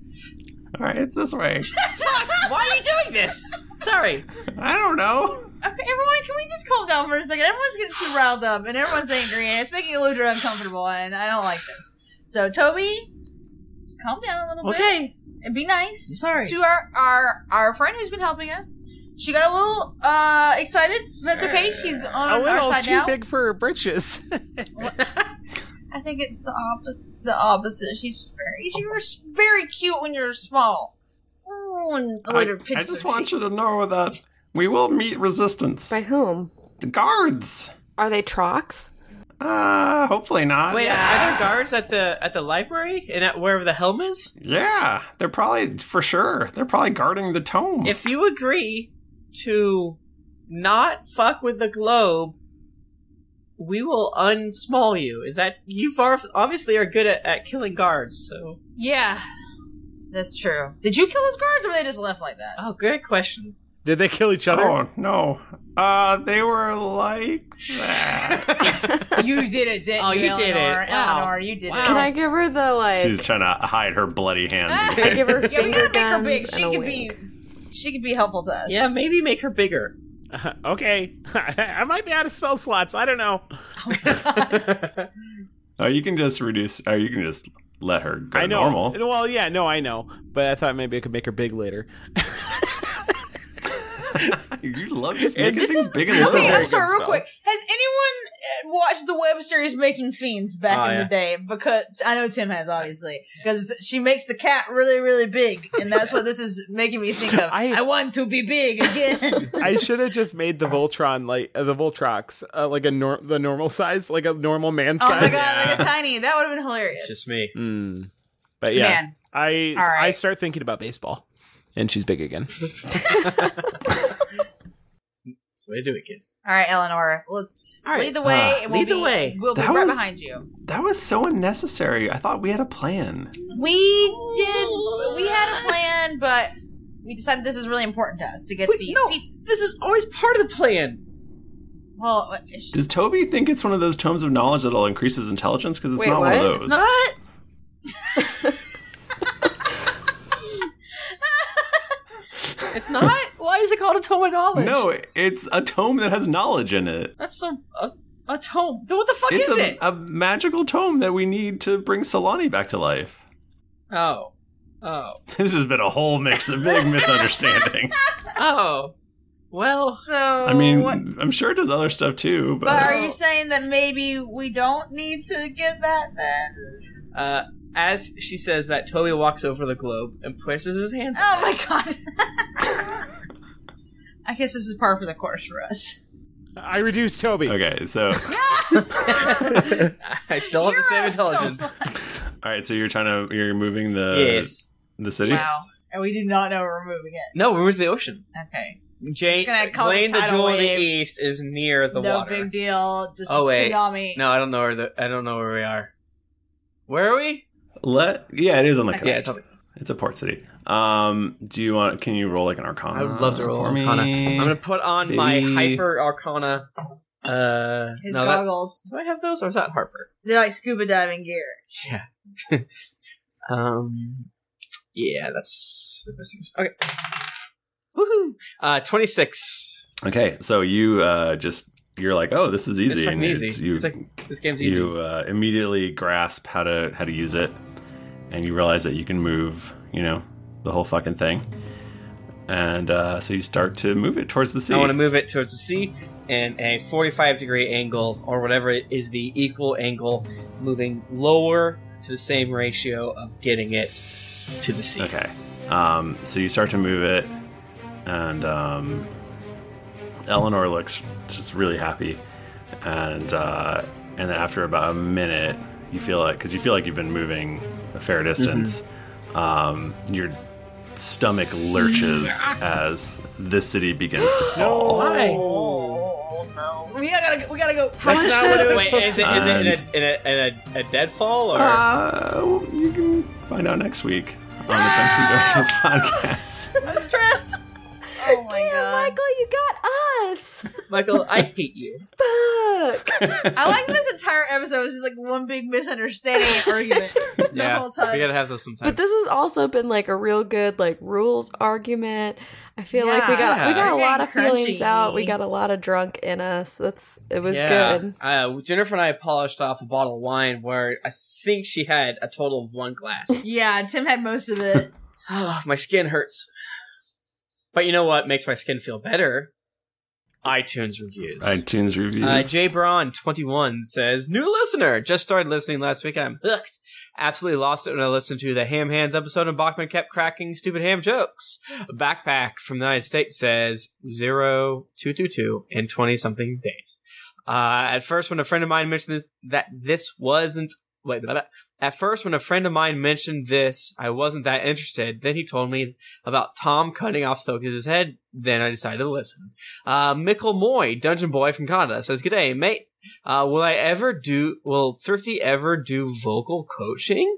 A: All right, it's this way.
B: Fuck! Why are you doing this? Sorry.
A: I don't know.
D: Okay, everyone, can we just calm down for a second? Everyone's getting too riled up, and everyone's angry, and it's making Eludra uncomfortable, and I don't like this. So, Toby, calm down a little bit.
B: Okay.
D: And be nice.
B: I'm sorry.
D: To our, our, our friend who's been helping us. She got a little uh, excited. That's okay. She's
E: A
D: on
E: little
D: our side
E: too
D: now.
E: big for her britches.
D: I think it's the opposite. The opposite. She's very. She was very cute when you were small. Oh, and
A: I,
D: later
A: I
D: pinched her
A: just want
D: cheek.
A: you to know that
J: We will meet resistance.
C: By whom?
J: The guards.
C: Are they Trox?
J: Uh, hopefully not.
B: Wait, are there guards at the at the library and at wherever the helm is?
J: Yeah, they're probably for sure. They're probably guarding the tome.
B: If you agree to not fuck with the globe, we will unsmall you. Is that you? Far obviously are good at, at killing guards, so
D: Yeah, that's true. Did you kill those guards, or were they just left like that?
B: Oh, good question.
E: Did they kill each other?
J: Oh no. Uh, they were like
D: <laughs> you did it,
B: <laughs>
D: didn't
B: Oh,
D: you?
B: you did it.
D: Eleanor?
B: Wow.
D: Eleanor, you did
C: Can I give her the like?
A: She's trying to hide her bloody hands.
B: <laughs>
C: I give her
D: it. Yeah, we
C: finger
D: gotta make her
C: guns
D: big. She
C: and a
D: could
C: wig.
D: be. She could be helpful to us.
B: Yeah, maybe make her bigger.
E: <laughs> okay, <laughs> I might be out of spell slots. I don't know.
A: Oh, you can just reduce. Or you can just let her go
E: I know.
A: normal.
E: Well, yeah, no, I know, but I thought maybe I could make her big later.
A: you love just
E: making
D: This
E: things
D: is-
E: big
D: Let me- I'm sorry, real quick. Has anyone uh, watched the web series Making Fiends back
E: Oh,
D: in
E: yeah.
D: the day? Because I know Tim has, obviously, because she makes the cat really, really big, and that's what this is making me
J: <laughs>
D: think of. I, want to be big again.
E: I should have just made the Voltron like uh, the Voltrox uh, like a nor- the normal size, like a normal man
D: oh
E: size.
D: my god, like a tiny. That would have been hilarious.
B: just me.
A: Hmm.
E: But yeah,
D: Man.
E: I
D: All right.
E: I start thinking about baseball, and she's big again.
B: That's the way to do it, kids.
D: All right, Eleanor, let's
B: All right.
D: lead the way.
J: Ah,
D: and we'll
J: lead the
D: be-
J: way.
D: We'll be
J: That
D: right
J: was-
D: behind you.
J: That was so unnecessary. I thought we had a plan.
D: We did. We had a plan, but we decided this is really important to us to get these. No,
B: this is always part of the plan.
D: Well, uh,
A: Does Toby think it's one of those tomes of knowledge that'll increase his intelligence? Because it's not one of those.
D: It's
A: <laughs>
D: not.
B: It's not. Why is it called a tome of knowledge?
A: No, it's a tome that has knowledge in it.
B: that's so a, a tome. Then what the fuck
A: it's
B: is
A: a,
B: it?
A: a magical tome that we need to bring Solani back to life. <laughs>
B: Oh, oh,
A: This has been a whole mix,
B: <laughs>
A: a big misunderstanding.
B: oh. Well,
D: so
A: I mean, I'm sure it does other stuff too, but,
D: But are you saying that maybe we don't need to get that then?
B: Uh, as she says that, Toby walks over the globe and places his hands.
D: Oh my god. I guess this is par for the course for us.
E: I reduce Toby.
B: <laughs>
A: Okay, so
B: I still have the same intelligence.
A: all right, so you're trying to you're moving the
B: Yes.
A: the city.
D: Wow. And we did not know we're moving it.
B: No, we're moving to the ocean.
D: Okay.
B: Jane,
D: Just gonna call
B: Lane,
D: the
B: the,
D: tidal
B: jewel of the
D: wave.
B: east, is near the
D: no
B: water.
D: big deal. Just
B: oh wait,
D: tsunami.
B: no, I don't know where the I don't know where we are. Where are we?
A: Let yeah, it is on the
B: Okay.
A: coast.
B: Yeah, it's on the
A: It's a port city. Um, do you want? Can you roll like an arcana?
B: I would love to roll
A: for me?
B: Arcana. I'm gonna put on my
A: Baby.
B: hyper Arcana. Uh,
D: His
B: no, that-
D: goggles.
B: do I have those, or is that Harper?
D: They're like scuba diving gear.
B: Um, yeah, that's the best thing. Okay. Woohoo! Uh, twenty six.
A: Okay, so you uh, just you're like, oh, this is easy.
B: It's fucking
A: and
B: easy.
A: it's- you-
B: It's like this game's easy.
A: You uh, immediately grasp how to how to use it, and you realize that you can move. You know the whole fucking thing, and uh, so you start to move it towards the sea.
B: I want to move it towards the sea and a 45 degree angle, or whatever it is the equal angle, moving lower to the same ratio of getting it to the sea.
A: Okay. Um, so you start to move it, and um, Eleanor looks just really happy, and uh, and then after about a minute, you feel like because you feel like you've been moving a fair distance, um, your stomach lurches as the city begins to fall.
D: We gotta, we gotta go.
B: Oh, How much does
D: it
B: Wait, is it, is it in, a, in, a, in a, a deadfall or?
A: <laughs> Uh, you can find out next week on the Drunks and Dragons <laughs>
B: <laughs>
A: podcast.
D: I'm stressed. Oh my god, Michael,
C: you got us.
B: Michael, I <laughs> hate you.
C: Fuck.
D: I like this entire episode. was just like one big misunderstanding and argument.
B: yeah,
C: whole time.
B: we gotta have those sometimes.
C: But this has also been like a real good like rules argument. I feel like we got we
B: Yeah.
C: got a lot of
D: We're getting
C: feelings
D: crunchy.
C: out. We got a lot of drunk in us. That's it was
B: Yeah.
C: good.
B: Uh, Jennifer and I polished off a bottle of wine where I think she had a total of one
C: <sighs>
B: glass.
D: yeah, Tim had most of it.
B: my skin hurts. But you know what makes my skin feel better? iTunes reviews.
A: iTunes reviews.
B: Uh, Jay Braun, 21, says, New listener! Just started listening last week. I'm hooked. Absolutely lost it when I listened to the Ham Hands episode and Bachman kept cracking stupid ham jokes. Backpack from the United States says, zero two two two in 20 something days. Uh, at first, when a friend of mine mentioned this, that this wasn't. Wait, blah, blah. At first, when a friend of mine mentioned this, I wasn't that interested. Then he told me about Tom cutting off Thokus's head. Then I decided to listen. Uh, Mikkel Moy, Dungeon Boy from Canada, says, G'day, mate. Uh, will I ever do, will Thrifty ever do vocal coaching?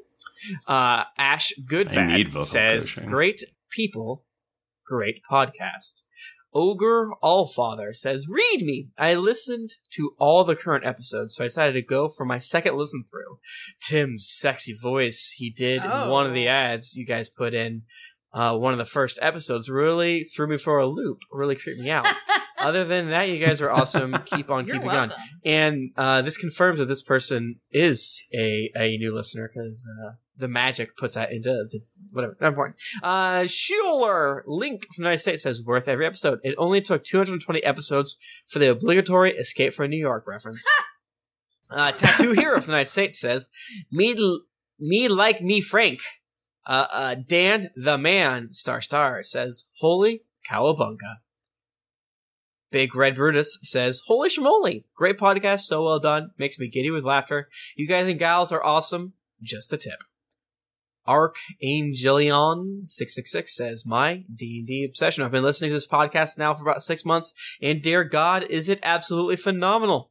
B: Uh, Ash
A: I need
B: Goodbad
A: vocal
B: says,
A: coaching.
B: Great people, great podcast. Ogre Allfather says, Read me! I listened to all the current episodes, so I decided to go for my second listen through. Tim's sexy voice he did in
G: Oh.
B: one of the ads you guys put in uh, one of the first episodes really threw me for a loop, really creeped
D: <laughs>
B: me out. Other than that, you guys are awesome. Keep on
D: You're
B: keeping on.
D: welcome.
B: And uh, this confirms that this person is a, a new listener because uh, the magic puts that into the, whatever. Not important. Uh, Schuler Link from the United States says worth every episode. It only took 220 episodes for the obligatory Escape from New York
D: <laughs>
B: reference. uh, Tattoo Hero from the United States says me l- me like me Frank. Uh, uh, Dan the Man star star says holy cowabunga. Big Red Brutus says, Holy schmoly! Great podcast, so well done. Makes me giddy with laughter. You guys and gals are awesome. Just the tip. Archangelion666 says, My D&D obsession. I've been listening to this podcast now for about six months, and dear God, is it absolutely phenomenal.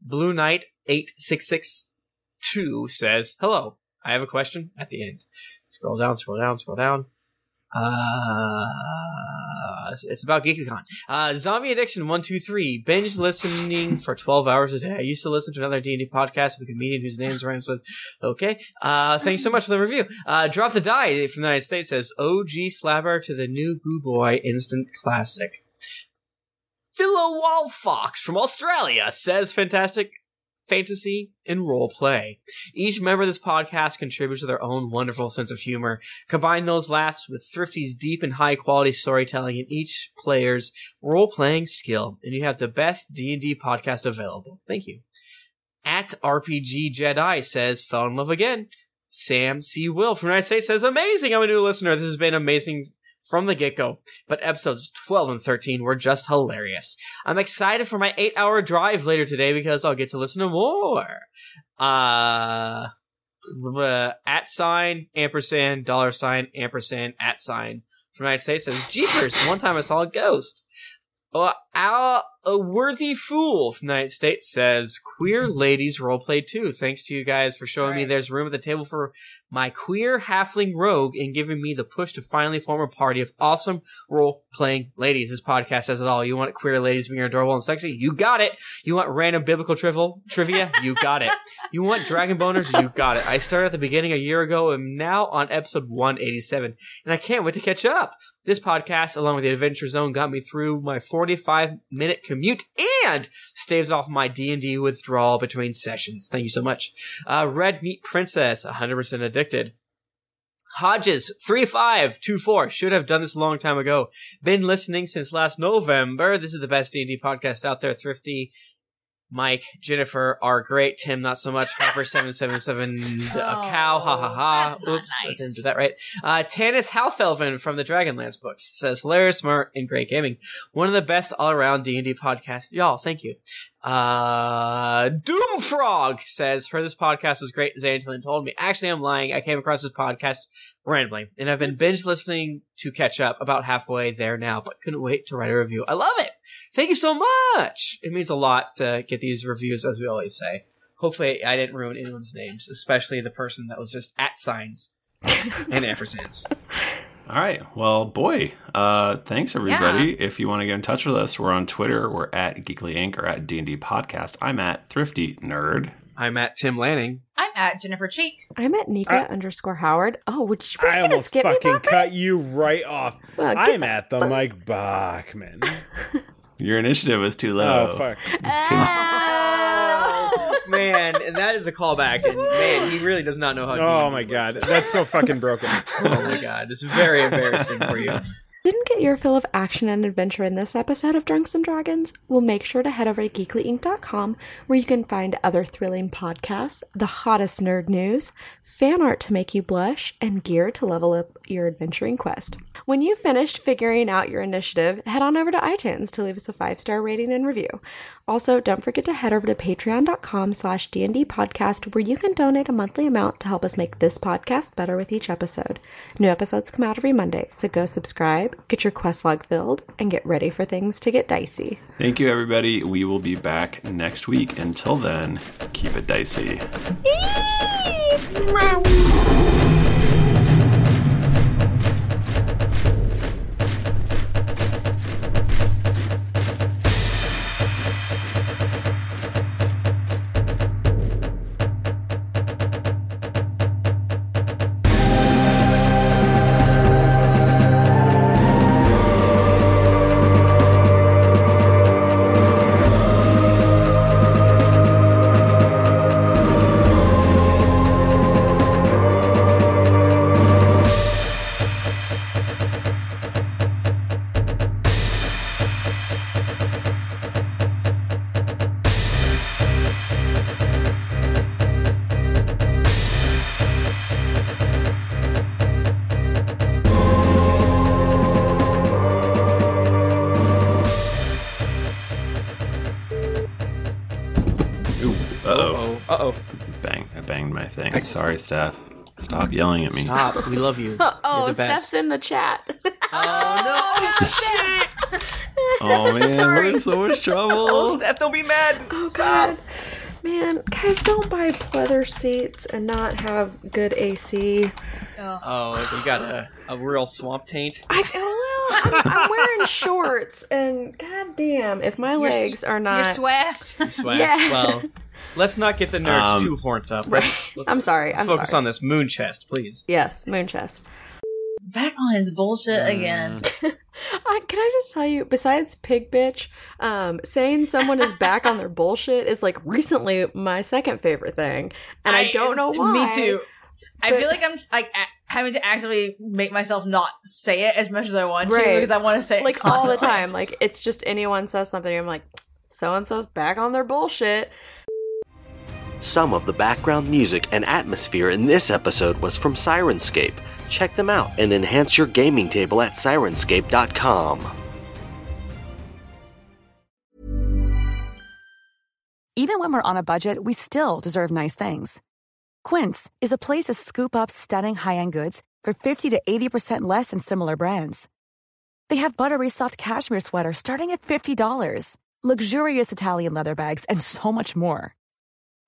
B: Blue Knight 8662 says, Hello, I have a question at the end. Scroll down, scroll down, scroll down. Uh, it's- it's about GeeklyCon. Uh, Zombie Addiction One Two Three binge listening for twelve hours a day. I used to listen to another D and D podcast with a comedian whose name rhymes with. Okay, uh, thanks so much for the review. Uh, Drop the die from the United States says OG slabber to the new Goo Boy instant classic. Philo Wall Fox from Australia says fantastic fantasy and role play. Each member of this podcast contributes to their own wonderful sense of humor. Combine those laughs with Thrifty's deep and high quality storytelling and each player's role playing skill, and you have the best D&D podcast available. Thank you. At RPG Jedi says, fell in love again. Sam C. Will from the United States says, amazing. I'm a new listener. This has been amazing from the get go. But episodes 12 and 13 were just hilarious. I'm excited for my eight hour drive later today because I'll get to listen to more. Uh, uh, at sign, ampersand, dollar sign, ampersand, at sign from the United States says, Jeepers, one time I saw a ghost. Uh, a, a worthy fool from the United States says queer ladies roleplay too. Thanks to you guys for showing me there's room at the table for my queer halfling rogue and giving me the push to finally form a party of awesome role playing ladies. This podcast says it all. You want queer ladies being adorable and sexy? You got it. You want random biblical trivial trivia? You got it. You want dragon boners? You got it. I started at the beginning a year ago and am now on episode 187 and I can't wait to catch up. This podcast, along with the Adventure Zone, got me through my 45 minute commute and staves off my D&D withdrawal between sessions. Thank you so much. Uh, Red Meat Princess, 100% addicted. Hodges, 3524, should have done this a long time ago. Been listening since last November. This is the best D&D podcast out there, Thrifty. Mike, Jennifer are great. Tim, not so much. Harper, seven seven seven. A cow, ha ha ha. Oops, I didn't do that right. Uh, Tannis Halfelven from the Dragonlance books says hilarious, smart, and great gaming. One of the best all around D and D podcasts. Y'all, thank you. Uh, Doomfrog says heard this podcast was great. Xantilin told me. Actually, I'm lying. I came across this podcast randomly, and I've been binge listening to catch up. About halfway there now, but couldn't wait to write a review. I love it. Thank you so much. It means a lot to get these reviews, as we always say. Hopefully, I didn't ruin anyone's names, especially the person that was just at signs and ampersands.
A: All right. Well, boy, uh, thanks everybody. If you want to get in touch with us, we're on Twitter. We're at Geekly Inc. or at D&D Podcast. I'm at Thrifty Nerd.
B: I'm at Tim Lanning.
D: I'm at Jennifer Cheek.
C: I'm at Nika underscore Howard. Oh, would you
E: I
C: freaking
E: almost
C: skip me?
E: fucking cut you right off.
C: Well, get
E: I'm
C: the-
E: at the Mike Bachman.
A: Your initiative was too low.
E: Oh, fuck.
B: <laughs> man, and that is a callback. And man, he really does not know how.
E: Oh
B: D&D
E: my
B: works. <laughs>
E: god, that's so fucking broken.
C: <laughs>
B: oh my god, it's very embarrassing for you.
C: Didn't get your fill of action and adventure in this episode of Drunks and Dragons? Well, make sure to head over to geeklyinc.com where you can find other thrilling podcasts, the hottest nerd news, fan art to make you blush, and gear to level up your adventuring quest. When you've finished figuring out your initiative, head on over to iTunes to leave us a five-star rating and review. Also, don't forget to head over to patreon.com slash dnd podcast where you can donate a monthly amount to help us make this podcast better with each episode. New episodes come out every Monday, so go subscribe, get your quest log filled, and get ready for things to get dicey.
A: <laughs> Thank you, everybody. We will be back next week. Until then, keep it dicey. Ooh, uh-oh. Uh-oh. Bang. I banged my thing. Sorry, Steph. Stop yelling at me.
B: Stop. We love you.
C: Oh,
A: You're the best.
C: Steph's in the chat. <laughs>
B: Oh
C: no!
A: Oh, man. We're in so much
C: <laughs>
A: trouble.
B: Oh, Steph, don't be mad.
C: Stop. Man, guys, don't buy pleather seats and not have good AC.
B: Oh, you got a, a real swamp taint.
C: I feel I'm, I'm wearing <laughs> shorts, and goddamn, if my
D: Your s-
C: legs are not
D: Your
C: <laughs>
D: sweats.
B: Swamps. Well, let's not get the nerds
A: Um,
B: too horned up.
C: Right.
B: Let's, let's-
C: I'm sorry,
B: Let's
C: I'm
B: focus
C: sorry.
B: on this moon chest, please.
C: Yes, moon chest.
D: Back on his bullshit again. <laughs>
C: I, can I just tell you? Besides pig bitch, um, saying someone is back on their bullshit is like recently my second favorite thing, and I, don't know
D: it's-
C: why.
D: Me too. I
C: but-
D: feel like I'm like a- having to actively make myself not say it as much as I want
C: Right.
D: to because I want to say it <laughs>
C: like all the
D: constantly.
C: time. Like it's just anyone says something, I'm like, so and so's back on their bullshit.
F: Some of the background music and atmosphere in this episode was from Sirenscape. Check them out and enhance your gaming table at sirenscape.com.
K: Even when we're on a budget, we still deserve nice things. Quince is a place to scoop up stunning high-end goods for 50 to 80% less than similar brands. They have buttery soft cashmere sweaters starting at $50, luxurious Italian leather bags, and so much more.